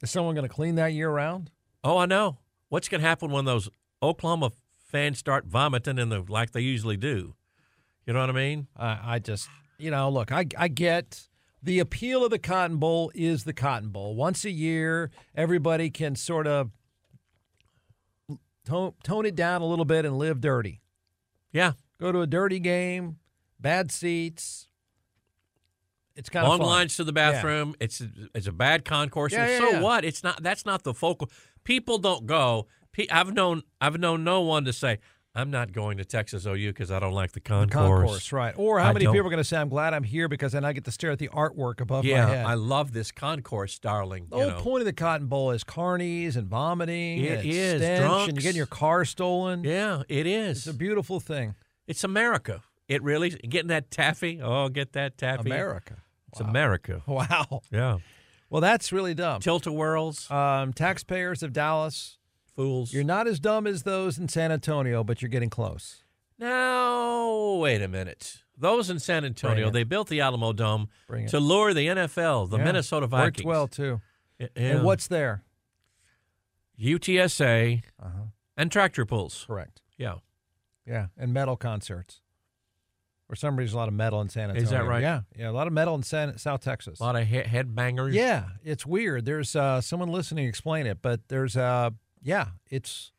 S3: Is someone going to clean that year round?
S2: Oh, I know. What's gonna happen when those Oklahoma fans start vomiting in the like they usually do? You know what I mean?
S3: I, I just, you know, look, I, I get the appeal of the Cotton Bowl is the Cotton Bowl. Once a year, everybody can sort of tone, tone it down a little bit and live dirty.
S2: Yeah.
S3: Go to a dirty game, bad seats. It's kind
S2: Long
S3: of fun.
S2: lines to the bathroom. It's it's a bad concourse.
S3: Yeah,
S2: and
S3: yeah,
S2: so
S3: yeah.
S2: what? It's not. That's not the focal. People don't go. Pe- I've known I've known no one to say I'm not going to Texas OU because I don't like the
S3: The
S2: concourse.
S3: concourse, right? Or how
S2: I
S3: many
S2: don't-
S3: people are going to say, "I'm glad I'm here because then I get to stare at the artwork above
S2: Yeah,
S3: my head."
S2: I love this concourse, darling.
S3: the
S2: you
S3: whole
S2: know.
S3: point of the Cotton Bowl is carnies and vomiting.
S2: It
S3: and
S2: is,
S3: stench, and
S2: drunks.
S3: you're getting your car stolen.
S2: Yeah, it is.
S3: It's a beautiful thing,
S2: It's America. It really getting that taffy. Oh, get that taffy.
S3: America.
S2: It's America.
S3: Wow.
S2: Yeah.
S3: Well, that's really dumb.
S2: Tilt a whirls,
S3: Um, taxpayers of Dallas,
S2: fools.
S3: you're not as dumb as those in San Antonio, but you're getting close.
S2: No, wait a minute. Those in San Antonio,
S3: it.
S2: they built the Alamo Dome
S3: Bring it.
S2: to lure the NFL, the
S3: Yeah.
S2: Minnesota
S3: Worked
S2: Vikings.
S3: well too.
S2: Yeah.
S3: And what's there?
S2: UTSA
S3: Uh-huh.
S2: and tractor pulls?
S3: Correct.
S2: Yeah.
S3: Yeah, and metal concerts. For some reason, a lot of metal in San Antonio.
S2: Is that right?
S3: Yeah, yeah, a lot of metal in San, South Texas.
S2: A lot of he- headbangers.
S3: yeah, it's weird. There's uh, someone listening explain it, but there's uh, yeah, it's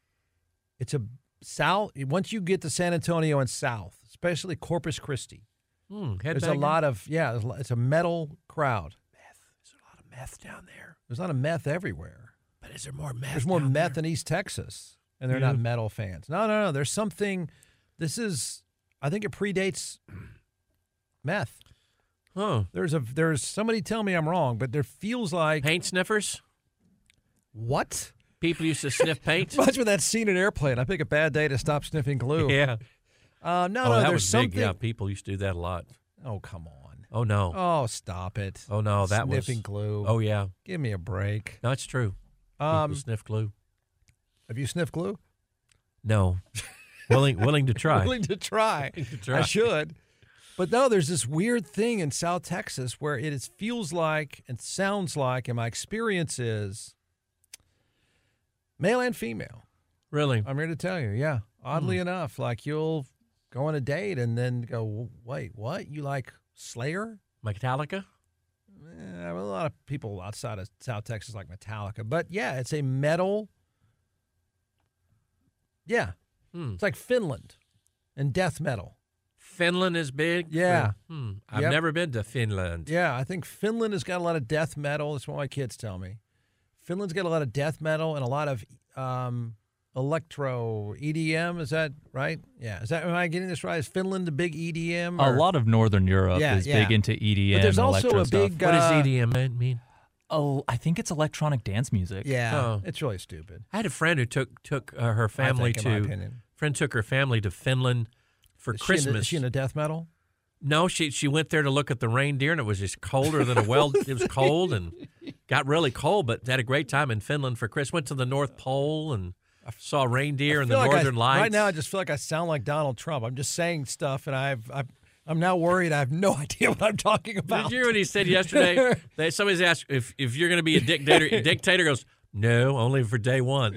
S3: it's a south. Once you get to San Antonio and south, especially Corpus Christi,
S2: Hmm,
S3: there's a
S2: headbanger.
S3: lot of yeah, there's a lot- it's a metal crowd.
S2: There's a lot of meth down there.
S3: There's not a meth everywhere.
S2: But is there more meth?
S3: There's more
S2: down
S3: meth
S2: there? Mm-hmm.
S3: in East Texas, and they're
S2: Yeah.
S3: not metal fans. No, no, no. There's something. This is, I think, it predates meth.
S2: Huh.
S3: There's a there's somebody tell me I'm wrong, but there feels like
S2: Paint sniffers?
S3: what?
S2: People used to sniff paint.
S3: Much with that scene in airplane. I pick a bad day to stop sniffing glue.
S2: yeah.
S3: Uh, no,
S2: oh,
S3: no.
S2: that
S3: There's
S2: was
S3: something.
S2: big. Yeah, people used to do that a lot.
S3: Oh come on.
S2: Oh no. Oh,
S3: Oh stop it.
S2: no, that
S3: sniffing
S2: was
S3: glue.
S2: Oh yeah.
S3: give me a break.
S2: No, it's true. People
S3: Um,
S2: sniff glue.
S3: have you sniffed glue?
S2: No. willing willing to try.
S3: willing to try.
S2: to try.
S3: I should. But no, there's this weird thing in South Texas where it is, feels like and sounds like, and my experience is male and female.
S2: Really?
S3: I'm here to tell you, yeah. Oddly
S2: Hmm.
S3: enough, like you'll go on a date and then go, wait, what? You like Slayer?
S2: Metallica?
S3: Eh, a lot of people outside of South Texas like Metallica, but yeah, it's a metal. Yeah,
S2: Hmm.
S3: it's like Finland and death metal.
S2: Finland is big.
S3: Yeah.
S2: Hmm. I've
S3: Yep.
S2: never been to Finland.
S3: Yeah, I think Finland has got a lot of death metal. That's what my kids tell me. Finland's got a lot of death metal and a lot of um, electro EDM. Is that right? Yeah. Is that am I getting this right? Is Finland the big EDM?
S4: A
S3: or-
S4: lot of Northern Europe
S3: Yeah,
S4: is
S3: yeah.
S4: big into E EDM.
S2: E
S3: But there's also
S4: electro
S3: a
S4: stuff.
S3: big.
S2: What does E
S3: uh,
S2: EDM mean?
S4: Oh, I think it's electronic dance music.
S3: Yeah,
S2: Oh.
S3: it's really stupid.
S2: I had a friend who took took uh, her
S3: I
S2: family
S3: think, in my
S2: to
S3: opinion.
S2: friend took her family to Finland for
S3: Is she into-
S2: Christmas.
S3: is she into death metal?
S2: no, she she went there to look at the reindeer, and it was just colder than a well. it was cold and got really cold, but had a great time in Finland for Christmas. Went to the North Pole and saw reindeer and the
S3: feel like I-
S2: Northern Lights.
S3: Right now, I just feel like I sound like Donald Trump. I'm just saying stuff, and I've, I've I'm now worried. I have no idea what I'm talking about.
S2: Did you hear what he said yesterday? that somebody's asked if, if you're going to be a dictator. dictator goes, no, only for day one.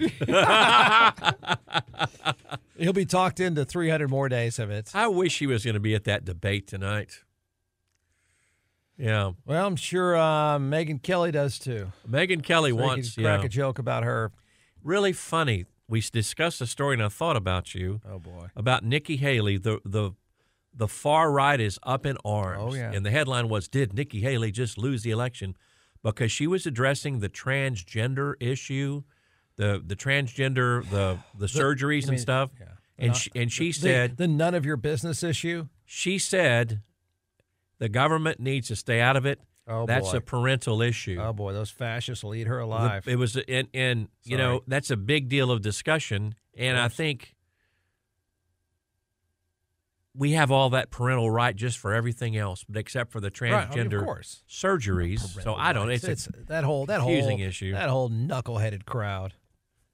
S3: He'll be talked into 300 more days of it.
S2: I wish he was going to be at that debate tonight. Yeah,
S3: Well, I'm sure uh, Megan Kelly does too.
S2: Megan Kelly
S3: So you
S2: once.
S3: could crack
S2: yeah.
S3: a joke about her.
S2: really funny. We s- discussed a story, and I thought about you
S3: Oh boy.
S2: about Nikki Haley. The the the far right is up in arms.
S3: Oh, yeah.
S2: And the headline was, "Did Nikki Haley just lose the election?" Because she was addressing the transgender issue, the the transgender, the the surgeries and
S3: mean-
S2: stuff.
S3: yeah.
S2: And
S3: Not-
S2: she, and she
S3: The-
S2: said
S3: the, none of your business issue.
S2: she said the government needs to stay out of it.
S3: Oh,
S2: that's
S3: boy.
S2: a parental issue.
S3: Oh boy, those fascists will eat her
S2: The-
S3: alive.
S2: it was and and you know
S3: Sorry.
S2: that's a big deal of discussion, and I
S3: course.
S2: think we have all that parental right just for everything else, but except for the
S3: Right, I mean, of
S2: transgender
S3: course.
S2: surgeries. So I don't. It's,
S3: it's
S2: it's
S3: that whole that whole
S2: confusing issue.
S3: That whole knuckleheaded crowd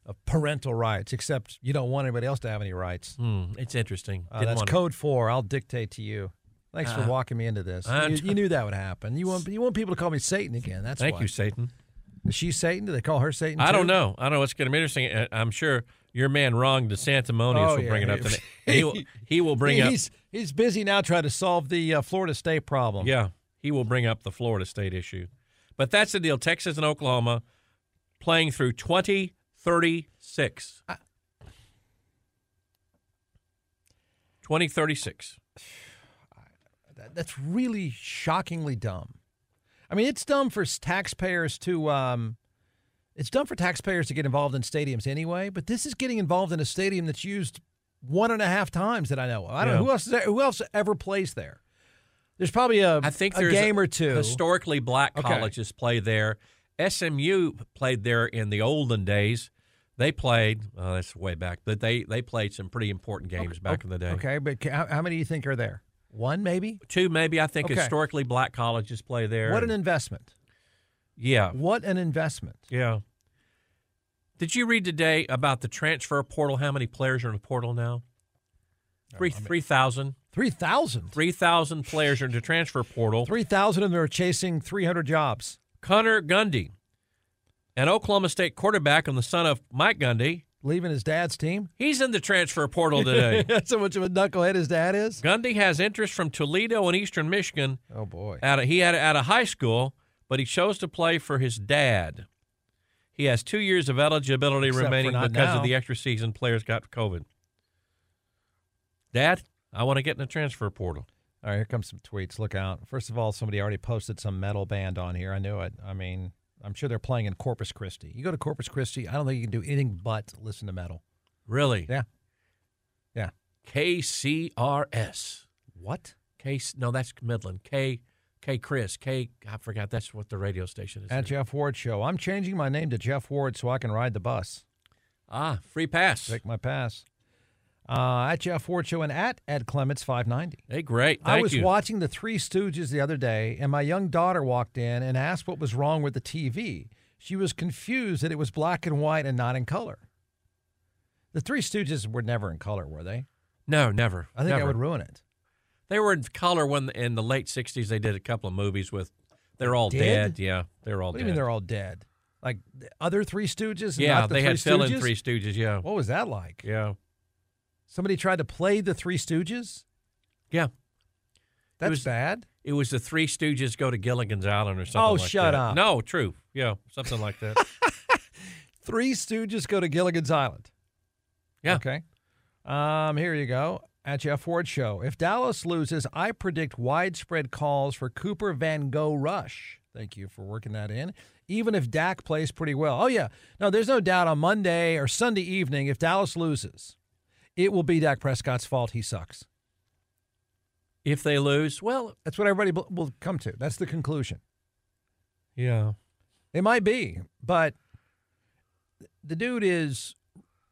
S3: of parental rights, except you don't want anybody else to have any rights.
S2: hmm, it's interesting.
S3: Uh,
S2: Didn't
S3: that's
S2: want to-
S3: code four. I'll dictate to you. Thanks
S2: Uh,
S3: for walking me into this.
S2: I
S3: You,
S2: don't-
S3: you knew that would happen. You want you want people to call me Satan again. That's
S2: Thank
S3: why.
S2: you, Satan.
S3: Is she Satan? Do they call her Satan?
S2: I
S3: too?
S2: don't know. I don't know. It's going to be interesting. Uh, I'm sure your man, Wrong DeSantimonious,
S3: Oh,
S2: will bring
S3: yeah.
S2: it up tonight. He will, he will bring up.
S3: he's he's busy now trying to solve the uh, Florida State problem.
S2: Yeah, he will bring up the Florida State issue. But that's the deal. Texas and Oklahoma playing through 2036. 2036.
S3: That- that's really shockingly dumb. I mean, it's dumb for s- taxpayers to um, it's dumb for taxpayers to get involved in stadiums anyway. But this is getting involved in a stadium that's used one and a half times that I know of. I don't
S2: Yeah.
S3: know who else is there, who else ever plays there. There's probably a
S2: I think
S3: a
S2: there's
S3: game or two.
S2: Historically, black
S3: Okay.
S2: colleges play there. SMU played there in the olden days. They played. Uh, that's way back, but they they played some pretty important games back in the day.
S3: okay, but ca- how, how many do you think are there? One maybe.
S2: Two, maybe I think
S3: Okay.
S2: historically black colleges play there.
S3: What an investment!
S2: yeah,
S3: What an investment!
S2: yeah. Did you read today about the transfer portal? How many players are in the portal now? Three three thousand.
S3: Three thousand.
S2: Three thousand players are in the transfer portal.
S3: Three thousand of them are chasing three hundred jobs.
S2: Connor Gundy, an Oklahoma State quarterback and the son of Mike Gundy,
S3: Leaving his dad's team.
S2: He's in the transfer portal today.
S3: That's how much of a knucklehead his dad is.
S2: Gundy has interest from Toledo and Eastern Michigan.
S3: Oh boy.
S2: Out of, he had out of high school, but he chose to play for his dad. He has two years of eligibility
S3: Except for
S2: remaining
S3: not
S2: because
S3: now.
S2: of the extra season players got COVID. Dad, I want to get in the transfer portal.
S3: All right, here comes some tweets. Look out. First of all, somebody already posted some metal band on here. I knew it. I mean, I'm sure they're playing in Corpus Christi. You go to Corpus Christi, I don't think you can do anything but listen to metal.
S2: Really?
S3: Yeah. Yeah.
S2: KCRS.
S3: What?
S2: K no, that's Midland. K K Chris. K I forgot that's what the radio station is.
S3: At Jeff Ward Show. I'm changing my name to Jeff Ward so I can ride the bus.
S2: Ah, free pass.
S3: Take my pass. Uh, at Jeff Ward Show and at Ed Clements 590.
S2: Hey, great.
S3: I
S2: Thank
S3: was
S2: you.
S3: watching The Three Stooges the other day, and my young daughter walked in and asked what was wrong with the TV. She was confused that it was black and white and not in color. The Three Stooges were never in color, were they?
S2: No, never.
S3: I think
S2: never.
S3: I would ruin it.
S2: They were in color when in the late '60s. They did a couple of movies with. They're all
S3: Did?
S2: dead. Yeah, they're all
S3: What do
S2: dead.
S3: you mean they're all dead? Like the other Three Stooges? and
S2: yeah,
S3: not the
S2: they
S3: three
S2: had Phil and
S3: Stooges?
S2: Three Stooges. Yeah,
S3: What was that like?
S2: yeah,
S3: Somebody tried to play the Three Stooges?
S2: yeah.
S3: That's
S2: was-
S3: bad.
S2: It was the Three Stooges go to Gilligan's Island or something.
S3: Oh,
S2: like
S3: shut
S2: that.
S3: up.
S2: No, true. Yeah, something like that.
S3: Three Stooges go to Gilligan's Island.
S2: Yeah.
S3: Okay. Um, here you go. At Jeff Ford Show. If Dallas loses, I predict widespread calls for Cooper Van Gogh Rush. Thank you for working that in. Even if Dak plays pretty well. Oh, yeah. No, there's no doubt on Monday or Sunday evening, if Dallas loses, it will be Dak Prescott's fault. He sucks.
S2: if they lose, well,
S3: That's what everybody bl- will come to. That's the conclusion.
S2: yeah,
S3: It might be, but the dude is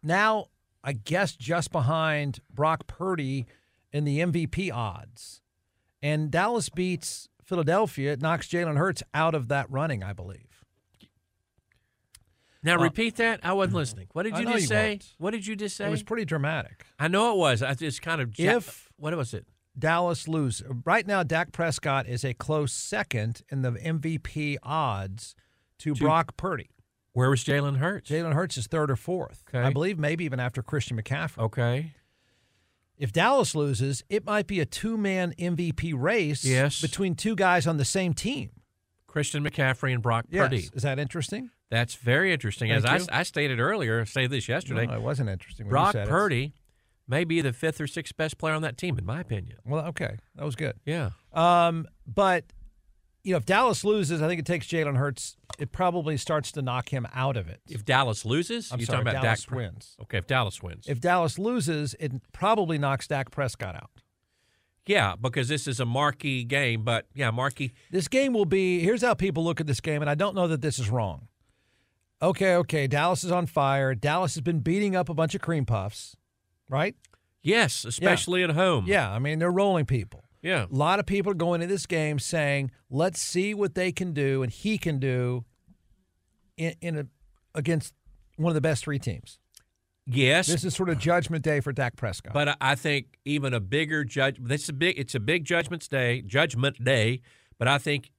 S3: now, I guess, just behind Brock Purdy in the MVP odds. And Dallas beats Philadelphia. It knocks Jalen Hurts out of that running, I believe.
S2: Now
S3: Uh,
S2: repeat that. I wasn't listening. What did
S3: I
S2: you
S3: know
S2: just
S3: you
S2: say?
S3: weren't.
S2: What did you just say?
S3: It was pretty dramatic.
S2: I know it was. I just kind of ja-
S3: If-
S2: what was it?
S3: Dallas lose. Right now, Dak Prescott is a close second in the MVP odds to
S2: To-
S3: Brock Purdy.
S2: Where was Jalen Hurts?
S3: Jalen Hurts is third or fourth.
S2: Okay.
S3: I believe maybe even after Christian McCaffrey.
S2: Okay.
S3: If Dallas loses, it might be a two man MVP race
S2: Yes.
S3: between two guys on the same team.
S2: Christian McCaffrey and Brock
S3: Yes.
S2: Purdy.
S3: Is that interesting?
S2: That's very interesting.
S3: Thank
S2: As
S3: you.
S2: I, I stated earlier, I stated this yesterday.
S3: No, it wasn't interesting. when you
S2: Brock
S3: said it.
S2: Purdy may be the fifth or sixth best player on that team, in my opinion.
S3: Well, okay. That was good.
S2: Yeah.
S3: Um, but, you know, if Dallas loses, I think it takes Jalen Hurts. It probably starts to knock him out of it.
S2: If Dallas loses,
S3: I'm
S2: you're
S3: sorry,
S2: talking about
S3: Dallas
S2: Dak Pre-
S3: wins.
S2: Okay, if Dallas wins.
S3: If Dallas loses, it probably knocks Dak Prescott out.
S2: yeah, because this is a marquee game, but yeah, marquee.
S3: This game will be here's how people look at this game, and I don't know that this is wrong. Okay, okay. Dallas is on fire. Dallas has been beating up a bunch of cream puffs, right?
S2: Yes, especially at home.
S3: Yeah, I mean, they're rolling people.
S2: Yeah.
S3: A lot of people are going into this game saying, let's see what they can do and he can do in, in a, against one of the best three teams.
S2: Yes.
S3: This is sort of judgment day for Dak Prescott.
S2: but I- I think even a bigger judge this is a big it's a big judgment's day, judgment day, but I think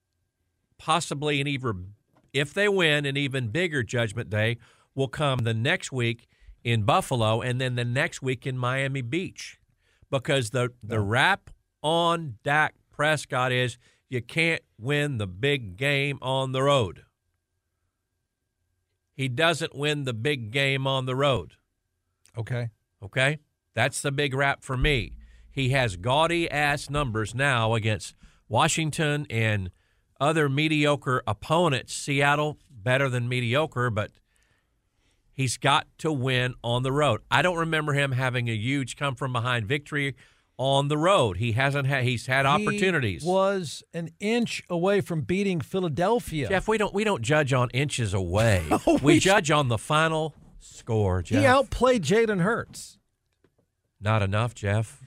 S2: possibly an even if they win an even bigger judgment day will come the next week in Buffalo and then the next week in Miami Beach. Because the the wrap on Dak Prescott is you can't win the big game on the road. He doesn't win the big game on the road.
S3: okay.
S2: Okay? That's the big rap for me. He has gaudy ass numbers now against Washington and other mediocre opponents. Seattle, better than mediocre, but He's got to win on the road. I don't remember him having a huge come from behind victory on the road. He hasn't had. He's had opportunities.
S3: He was an inch away from beating Philadelphia.
S2: Jeff, we don't we don't judge on inches away. we,
S3: we-
S2: judge on the final score. Jeff,
S3: he outplayed Jaden Hurts.
S2: not enough. Jeff,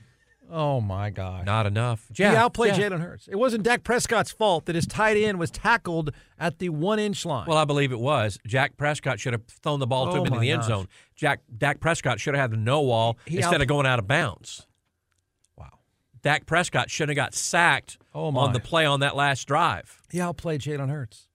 S3: Oh my God.
S2: not enough. Jeff,
S3: he outplayed
S2: Jeff.
S3: Jalen Hurts. It wasn't Dak Prescott's fault that his tight end was tackled at the one inch line.
S2: Well, I believe it was. Jack Prescott should have thrown the ball to
S3: Oh,
S2: him into
S3: my
S2: the end
S3: gosh.
S2: zone. Jack Dak Prescott should have had the no wall
S3: He
S2: instead
S3: out-
S2: of going out of bounds.
S3: wow.
S2: Dak Prescott should have got sacked
S3: Oh,
S2: on
S3: my.
S2: the play on that last drive.
S3: He outplayed Jalen Hurts.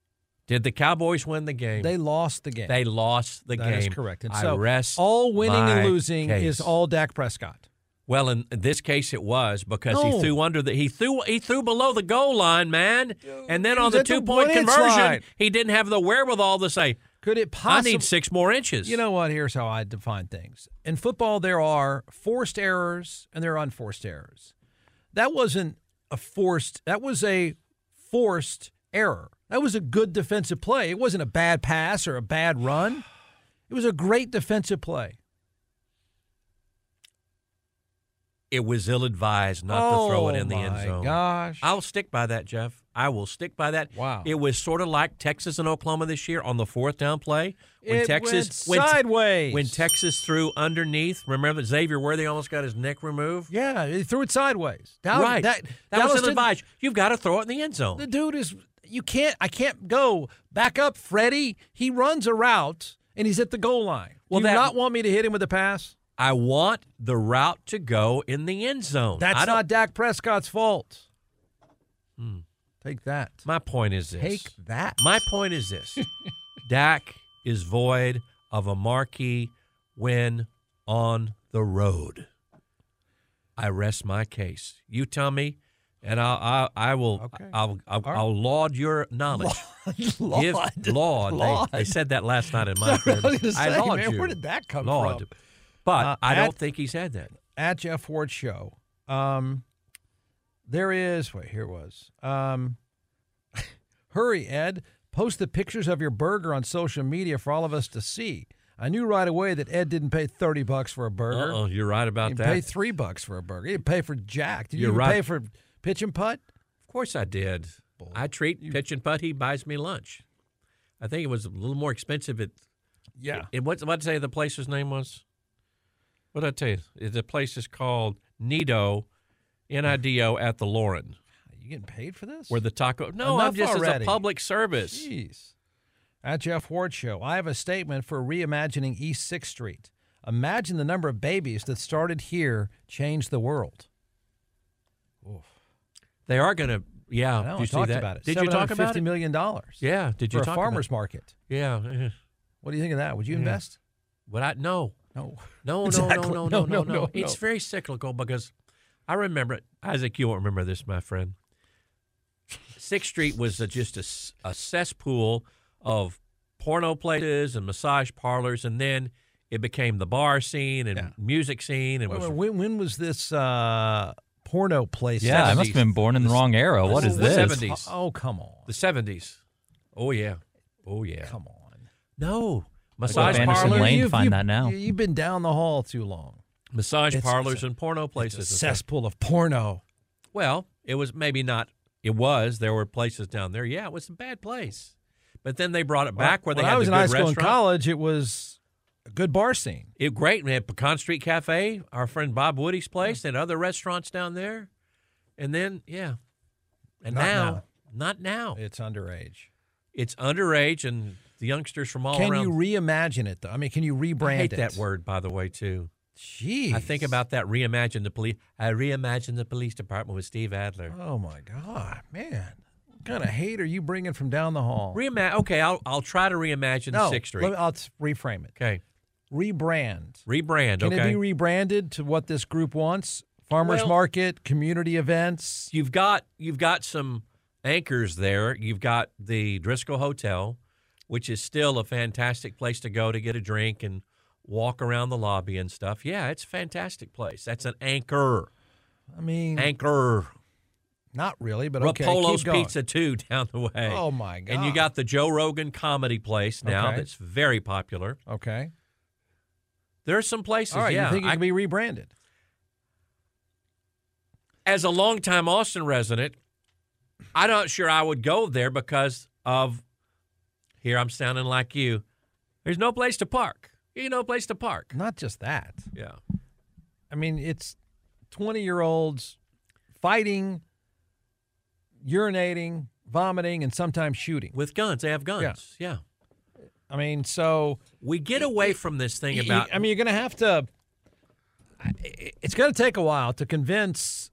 S2: Did the Cowboys win the game?
S3: They lost the game.
S2: They lost the game.
S3: That is correct. And
S2: I
S3: so
S2: rest
S3: all winning
S2: my
S3: and losing
S2: case.
S3: is all Dak Prescott.
S2: Well, in this case, it was because he
S3: No.
S2: threw under the he threw he threw below the goal line, man. And then on
S3: He's
S2: the
S3: at the
S2: two point
S3: one-inch
S2: conversion,
S3: line.
S2: he didn't have the wherewithal to say,
S3: Could it
S2: "I
S3: possibly?
S2: need six more inches."
S3: You know what? Here's how I define things. In football, there are forced errors and there are unforced errors. That wasn't a forced, that was a forced error. That was a good defensive play. It wasn't a bad pass or a bad run. It was a great defensive play.
S2: it was ill advised not to throw it in the end
S3: Oh,
S2: zone.
S3: my gosh.
S2: I'll stick by that, Jeff. I will stick by that.
S3: Wow.
S2: It was sort of like Texas and Oklahoma this year on the fourth down play when
S3: It
S2: Texas
S3: went
S2: when-
S3: sideways.
S2: when Texas threw underneath. Remember that Xavier Worthy almost got his neck removed.
S3: yeah, he threw it sideways. Dal-
S2: right.
S3: That, Dallas
S2: was ill
S3: didn't-
S2: advised. You've got to throw it in the end zone.
S3: The dude is you can't I can't go back up, Freddie. He runs a route and he's at the goal line.
S2: Well,
S3: Well, Do
S2: that-
S3: you not want me to hit him with a pass?
S2: I want the route to go in the end zone. I
S3: That's
S2: don't-
S3: not Dak Prescott's fault. Take that.
S2: my point. Is this
S3: Take that.
S2: My point is this: Dak is void of a marquee win on the road. I rest my case. You tell me, and I'll, I I will
S3: Okay.
S2: I'll I'll,
S3: right.
S2: I'll laud your knowledge.
S3: Lord.
S2: Give laud. They-
S3: Lord.
S2: They, said that last night in my
S3: That's what I was
S2: crib.
S3: gonna say,
S2: laud
S3: man,
S2: you.
S3: where did that come
S2: Laud.
S3: from?
S2: But
S3: Uh,
S2: I don't
S3: at-
S2: think he's had that.
S3: At Jeff Ward show. Um there is wait, here it was. Um hurry, Ed. Post the pictures of your burger on social media for all of us to see. I knew right away that Ed didn't pay thirty bucks for a burger.
S2: Uh-oh, you're right about
S3: You
S2: that.
S3: pay three bucks for a burger. You didn't pay for Jack. Did you
S2: You're
S3: even
S2: right.
S3: pay for pitch and putt?
S2: Of course I did. I treat pitch and putt. He buys me lunch. I think it was a little more expensive at.
S3: Yeah.
S2: It, what what say the place's name was? What did I tell you? The place is called Nido, N I D O at the Lauren,
S3: You getting paid for this?
S2: where the taco. No, I'm
S3: Enough
S2: just it's a
S3: already.
S2: public service.
S3: Jeez. At Jeff Ward Show, I have a statement for reimagining East 6th Street. Imagine the number of babies that started here changed the world.
S2: They are gonna. Yeah,
S3: I know,
S2: Oh, did you
S3: I
S2: see
S3: talked
S2: that?
S3: about it.
S2: Did you talk about
S3: $750
S2: it?
S3: million dollars
S2: Yeah. Did you
S3: for
S2: talk
S3: a
S2: about
S3: farmer's
S2: it?
S3: market.
S2: Yeah. eh.
S3: What do you think of that? Would you
S2: Yeah.
S3: invest?
S2: What I no.
S3: No.
S2: No,
S3: Exactly.
S2: no, no, no, no, no, no. It's
S3: no.
S2: very cyclical because I remember it. Isaac, you won't remember this, my friend. Sixth Street was a, just a, s- a cesspool of porno places and massage parlors, and then it became the bar scene and
S3: Yeah.
S2: music scene. And
S3: Wait,
S2: was
S3: wait, When, when was this uh, porno place?
S2: Yeah,
S4: Yeah, I
S3: set?
S4: must have been born in the wrong era. What is
S2: the
S4: this?
S2: 70s.
S3: Oh, come on.
S2: the seventies? Oh yeah, oh yeah.
S3: Come on.
S2: No
S4: Go
S2: massage
S4: to Anderson
S2: parlors,
S4: Lane
S3: You've-
S4: find
S3: you've-
S4: that now.
S3: You've been down the hall too long.
S2: massage
S3: It's-
S2: parlors,
S3: it's
S2: and porno
S3: It's a
S2: places. and stuff.
S3: cesspool of porno.
S2: Well, it was maybe not. It was. There were places down there. Yeah, it was a bad place. But then they brought it back where
S3: when
S2: they
S3: I
S2: had
S3: was
S2: the
S3: in high
S2: good
S3: school and
S2: restaurant.
S3: college, it was a good bar scene.
S2: It great. We had Pecan Street Cafe, our friend Bob Woody's place, and other restaurants down there. And then yeah, and
S3: Not
S2: now,
S3: now.
S2: not now.
S3: It's underage.
S2: It's underage, and the youngsters from all
S3: Can
S2: around.
S3: you reimagine it though? I mean, can you rebrand
S2: I hate
S3: it?
S2: that word, by the way, too.
S3: Jeez.
S2: I think about that. Reimagine the police. I reimagine the police department with Steve Adler.
S3: Oh my god, man! What kind of hate are you bringing from down the hall?
S2: Reimagine. Okay, I'll I'll try to reimagine
S3: no,
S2: Sixth Street.
S3: let me- I'll s- reframe it.
S2: okay,
S3: Rebrand.
S2: rebrand.
S3: Can
S2: okay.
S3: it be rebranded to what this group wants? Farmers
S2: Well-
S3: market, community events.
S2: you've got you've got some anchors there. You've got the Driscoll Hotel, which is still a fantastic place to go to get a drink and walk around the lobby and stuff. Yeah, it's a fantastic place. That's an anchor.
S3: I mean,
S2: Anchor.
S3: not really, but okay.
S2: Rapolo's
S3: keep going.
S2: Pizza too down the way.
S3: Oh, my
S2: And you
S3: God.
S2: got the Joe Rogan comedy place now
S3: Okay.
S2: that's very popular.
S3: Okay.
S2: There are some places.
S3: All right,
S2: yeah,
S3: you think it
S2: I-
S3: can be rebranded?
S2: as a longtime Austin resident, I'm not sure I would go there because of here I'm sounding like you. There's no place to park. You no place to park.
S3: Not just that.
S2: Yeah.
S3: I mean, it's 20 year olds fighting, urinating, vomiting, and sometimes shooting.
S2: With guns. They have guns. Yeah.
S3: I mean, so.
S2: We get away from this thing
S3: You- you-
S2: about
S3: I mean, you're going to have to. I- i- It's going to take a while to convince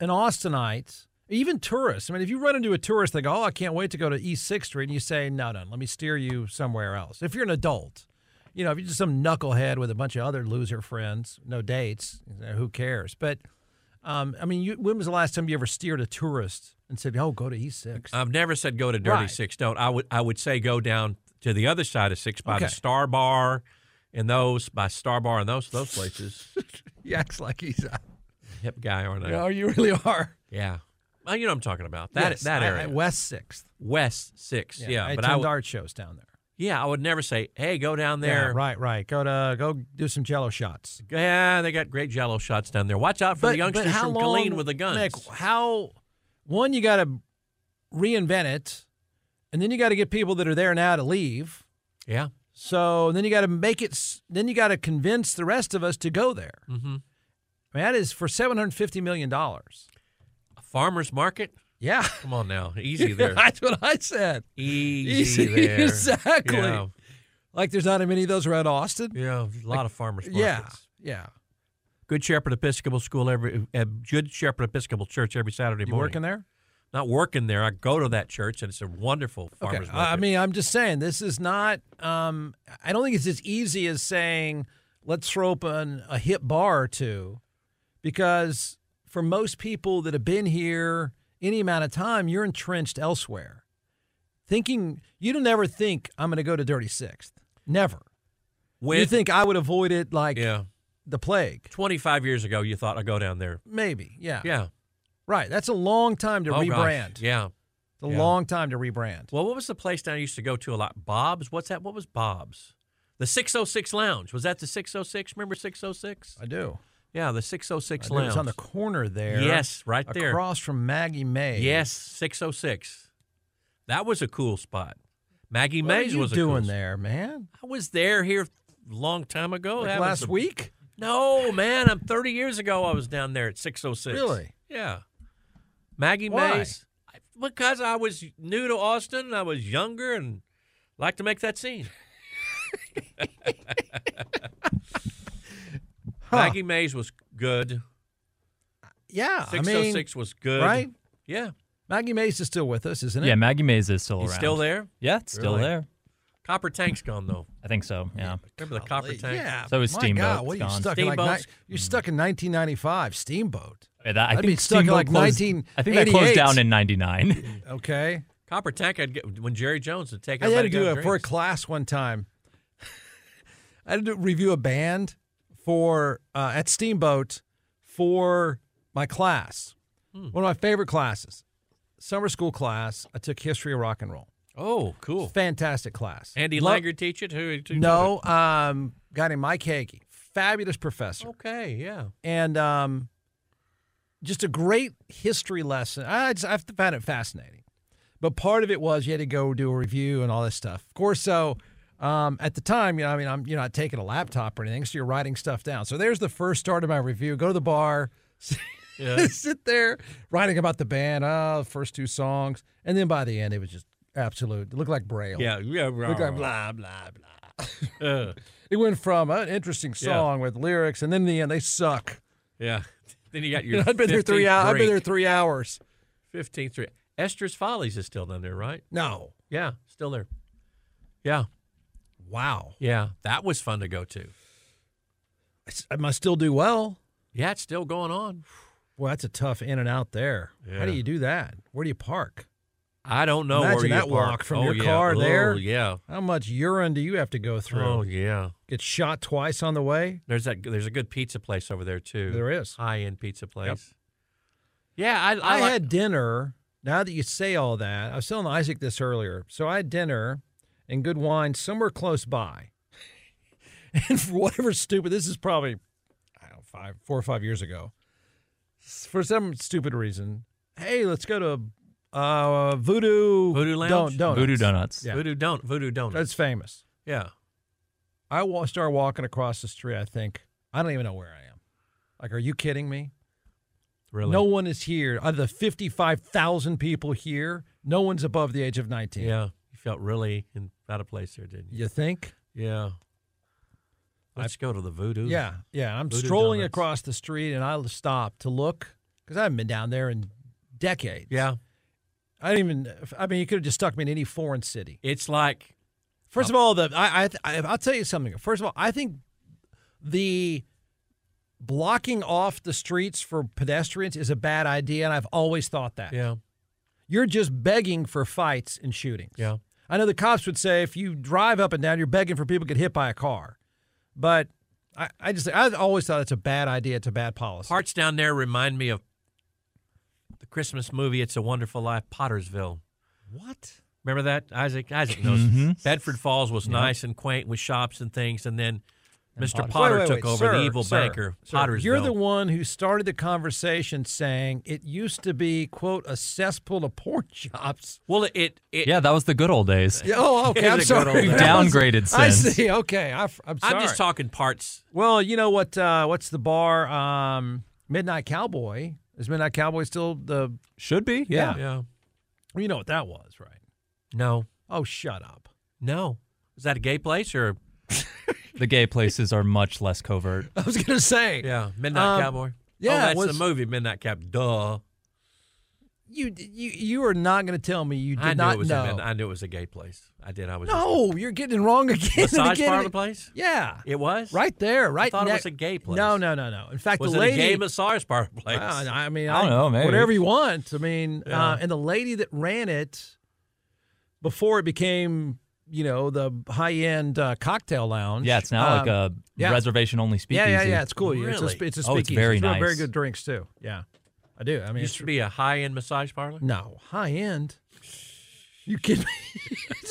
S3: an Austinite, even tourists. I mean, if you run into a tourist, they go, "Oh, I can't wait to go to East Sixth Street," and you say, "No, no, let me steer you somewhere else." If you're an adult, you know, if you're just some knucklehead with a bunch of other loser friends, no dates, you know, who cares? But um, I mean, you, when was the last time you ever steered a tourist and said, "Oh, go to East Sixth?
S2: I've never said go to Dirty
S3: Right.
S2: Six. Don't I would I would say go down to the other side of Six by the
S3: Okay.
S2: Star Bar and those by Star Bar and those those places.
S3: He acts like he's. A,
S2: Hip guy, aren't I?
S3: no, you really are.
S2: Yeah. Well, you know what I'm talking about. That
S3: Yes,
S2: that
S3: I-
S2: area.
S3: I- West Sixth.
S2: West Six. Yeah.
S3: I
S2: but
S3: attend
S2: I would,
S3: art shows down there.
S2: yeah, I would never say, hey, go down
S3: Yeah,
S2: there.
S3: right, right. Go to go do some Jello shots.
S2: Yeah, they got great jello shots down there. Watch out for the youngsters
S3: how
S2: from
S3: long-
S2: Killeen with the guns.
S3: Mick, how one you got to reinvent it, and then you got to get people that are there now to leave.
S2: yeah.
S3: So then you got to make it. s- Then you got to convince the rest of us to go there.
S2: Mm-hmm.
S3: I mean, that is for seven hundred fifty million dollars.
S2: A farmer's market?
S3: Yeah,
S2: Come on now. Easy there.
S3: That's what I said.
S2: Easy,
S3: Easy,
S2: there.
S3: exactly.
S2: Yeah.
S3: Like there's not many of those around Austin.
S2: yeah, a lot of farmers markets.
S3: Yeah, yeah.
S2: Good Shepherd Episcopal School every uh, Good Shepherd Episcopal Church every Saturday
S3: You
S2: morning.
S3: working there?
S2: Not working there. I go to that church and it's a wonderful farmers market.
S3: I I mean, I'm just saying this is not. Um, I don't think it's as easy as saying let's throw open a hip bar or two, because for most people that have been here any amount of time, you're entrenched elsewhere. Thinking you'll never think I'm going to go to Dirty Sixth. Never.
S2: when,
S3: you think I would avoid it like
S2: Yeah.
S3: the plague?
S2: 25 years ago you thought I'd go down there.
S3: Maybe. Yeah.
S2: Yeah.
S3: Right. That's a long time to
S2: Oh, gosh.
S3: rebrand.
S2: Yeah.
S3: It's a
S2: yeah.
S3: long time to rebrand.
S2: Well, what was the place down I used to go to a lot? Bob's? What's that? What was Bob's? The 606 Lounge. Was that the 606? Remember 606?
S3: I do.
S2: Yeah, the 606
S3: I do.
S2: Lounge.
S3: It's on the corner there.
S2: Yes, right there.
S3: Across from Maggie May.
S2: Yes, 606. That was a cool spot. Maggie
S3: What
S2: Mays
S3: are you
S2: was a
S3: doing
S2: cool spot.
S3: there, man?
S2: I was there here a long time ago.
S3: Like
S2: having
S3: last
S2: some-
S3: week?
S2: No, man. I'm 30 years ago. I was down there at 606.
S3: Really?
S2: Yeah. Maggie
S3: Why?
S2: Mays. I- Because I was new to Austin and I was younger and liked to make that scene. Maggie Mays was good.
S3: Yeah. I mean,
S2: 606 was good.
S3: right?
S2: Yeah.
S3: Maggie Mays is still with us, isn't it?
S4: Yeah, Maggie Mays is still
S2: He's
S4: around.
S2: still there.
S4: Yeah, it's still
S2: Really?
S4: there.
S2: Copper tank's gone, though.
S4: I think so. Yeah.
S2: Remember the copper tank?
S3: Yeah.
S4: So is
S3: my
S4: Steamboat.
S3: God, what
S4: It's
S3: are you
S4: gone.
S3: stuck in? Like,
S2: Steamboat's-
S3: ni- you're stuck in 1995. Steamboat.
S4: Yeah, that- I
S3: That'd be
S4: think
S3: stuck in,
S4: Steamboat
S3: like,
S4: closed- I think that closed
S3: 1988.
S4: down in '99.
S3: Okay.
S2: Copper tank, I'd get when Jerry Jones would take
S3: I had
S2: everybody
S3: to do
S2: down
S3: it for a
S2: drinks.
S3: class one time. I had to review a band for uh, at Steamboat for my class. One of my favorite classes, summer school class. I took history of rock and roll.
S2: Oh, cool.
S3: Fantastic class.
S2: Andy
S3: Lo-
S2: Langer teach it? Who? who
S3: No, um, guy named Mike Hagee, fabulous professor,
S2: Okay, yeah.
S3: and um, just a great history lesson. I, just, I found it fascinating. But part of it was you had to go do a review and all this stuff. Of course, so um, at the time, you know, I mean, I'm you're not taking a laptop or anything, so you're writing stuff down. So there's the first start of my review. Go to the bar,
S2: Yeah.
S3: sit there writing about the band, oh, the first two songs, and then by the end, it was just absolute. It looked like braille.
S2: Yeah, Oh. Uh. yeah, blah,
S3: Looked like blah blah blah. It went from an interesting song with lyrics, and then in the end, they suck.
S2: yeah. Then you got your.
S3: I've been there three
S2: 15th
S3: hours. I've been there
S2: drink.
S3: three hours.
S2: 15th three. Esther's Follies is still down there, right?
S3: No,
S2: Yeah, still there. Yeah,
S3: wow.
S2: yeah. That was fun to go to.
S3: It's- I must still do well.
S2: Yeah, it's still going on.
S3: Well, that's a tough in and out there. How do
S2: Yeah.
S3: you do that? Where do you park?
S2: I don't know
S3: Imagine
S2: where you
S3: that
S2: park.
S3: walk from
S2: Oh,
S3: your
S2: yeah.
S3: car
S2: oh,
S3: there.
S2: Yeah.
S3: How much urine do you have to go through?
S2: Oh yeah.
S3: Get shot twice on the way.
S2: There's that. There's a good pizza place over there too.
S3: There is.
S2: High end pizza place. Yeah, I, I,
S3: I
S2: like-
S3: had dinner. Now that you say all that, I was telling Isaac this earlier. So I had dinner and good wine somewhere close by. and for whatever stupid, this is probably I don't know, five, four or five years ago. For some stupid reason, hey, let's go to uh, Voodoo
S2: Voodoo Lounge?
S3: Don- Donuts.
S4: Voodoo Donuts.
S3: Yeah.
S2: Voodoo don't voodoo donuts.
S3: That's famous.
S2: yeah.
S3: I wa- start walking across the street. I think I don't even know where I am. Like, are you kidding me?
S2: Really?
S3: No one is here. Out of the fifty-five thousand people here, no one's above the age of nineteen.
S2: Yeah. You felt really in, out of place there, didn't you?
S3: You think?
S2: Yeah. Let's go to the voodoo.
S3: Yeah, yeah. I'm
S2: Voodoo
S3: strolling
S2: donuts.
S3: across the street, and I stop to look because I haven't been down there in decades.
S2: Yeah.
S3: I didn't even. I mean, you could have just stuck me in any foreign city.
S2: It's like
S3: First of all, the I, I I'll tell you something. First of all, I think the blocking off the streets for pedestrians is a bad idea, and I've always thought that.
S2: yeah.
S3: You're just begging for fights and shootings.
S2: Yeah.
S3: I know the cops would say if you drive up and down, you're begging for people to get hit by a car, but. I, I just I've always thought it's a bad idea. It's a bad policy.
S2: Parts down there remind me of the Christmas movie It's a Wonderful Life, Pottersville.
S3: What?
S2: Remember that? Isaac Isaac knows.
S3: Mm-hmm.
S2: Bedford Falls was nice and quaint with shops and things and then Mr.
S4: Potter-
S2: Potter
S3: Wait, wait,
S2: took
S3: wait,
S2: over
S3: sir,
S2: the evil
S3: sir,
S2: banker
S3: sir.
S2: Pottersville.
S3: You're the one who started the conversation saying it used to be quote a cesspool of porn shops.
S2: Well, it it
S4: Yeah, that was the good old days.
S3: Yeah, Oh, okay.
S2: It
S3: I'm
S2: is a good
S3: sorry.
S2: old
S4: days. Downgraded
S3: I
S4: since.
S3: see. Okay. I, am sorry.
S2: I'm just talking parts.
S3: Well, you know what? Uh, what's the bar? Um, Midnight Cowboy. Is Midnight Cowboy still the?
S4: Should be.
S3: Yeah.
S2: Yeah.
S3: well, You know what that was, right?
S2: No.
S3: Oh, shut up.
S2: No. Is that a gay place or
S4: The gay places are much less covert.
S3: I was gonna say.
S2: yeah, Midnight
S3: Um,
S2: Cowboy?
S3: yeah,
S2: oh,
S3: it
S2: that's
S3: was-
S2: the movie Midnight Cowboy. Duh.
S3: You you you are not gonna tell me you did
S2: I knew
S3: not
S2: it was
S3: know.
S2: a midnight, I knew it was a gay place. I did. I was
S3: No, you're getting it wrong again. and
S2: massage
S3: again
S2: parlor
S3: and-
S2: place.
S3: Yeah.
S2: It was
S3: Right there, right.
S2: thought it
S3: next-
S2: was a gay place.
S3: No, no, no, no. In fact,
S2: Was
S3: the
S2: it
S3: lady.
S2: a gay massage parlor place?
S3: Uh, I mean,
S4: I don't know, maybe.
S3: whatever you want. I mean, uh,
S2: Yeah.
S3: and the lady that ran it before it became, you know, the high-end uh, cocktail lounge.
S4: Yeah, it's now
S3: um,
S4: like a
S3: yeah.
S4: reservation only
S3: yeah,
S4: speakeasy.
S3: yeah, yeah. It's cool. It's a,
S2: Really?
S3: sp- it's a speakeasy.
S4: Oh, it's very
S3: got Very
S4: nice.
S3: good drinks too. Yeah, I do. I mean,
S2: used
S3: it's-
S2: to be a high end massage parlor.
S3: no high-end. You kidding me?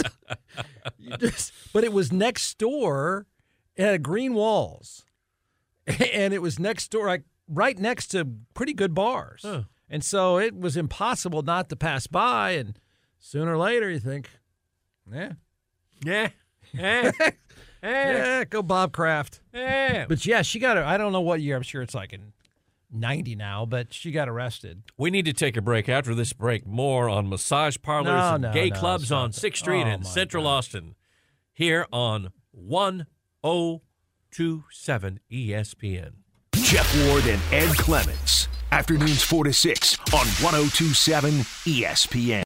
S3: you just, but it was next door. It had green walls, and it was next door, like right next to pretty good bars.
S2: Huh.
S3: And so it was impossible not to pass by. And sooner or later, you think, yeah,
S2: Yeah. Yeah. yeah.
S3: yeah, go Bob Craft.
S2: yeah.
S3: But yeah, she got. I don't know what year. I'm sure it's like in ninety now, but she got arrested.
S2: We need to take a break. After this break, more on massage parlors
S3: No,
S2: and
S3: no,
S2: gay
S3: no,
S2: clubs
S3: stop
S2: on
S3: it.
S2: 6th Street
S3: Oh,
S2: in
S3: my
S2: Central Austin here on 1027 ESPN.
S1: Jeff Ward oh E and Ed Clements. Afternoons 4 to 6 on 1027 ESPN.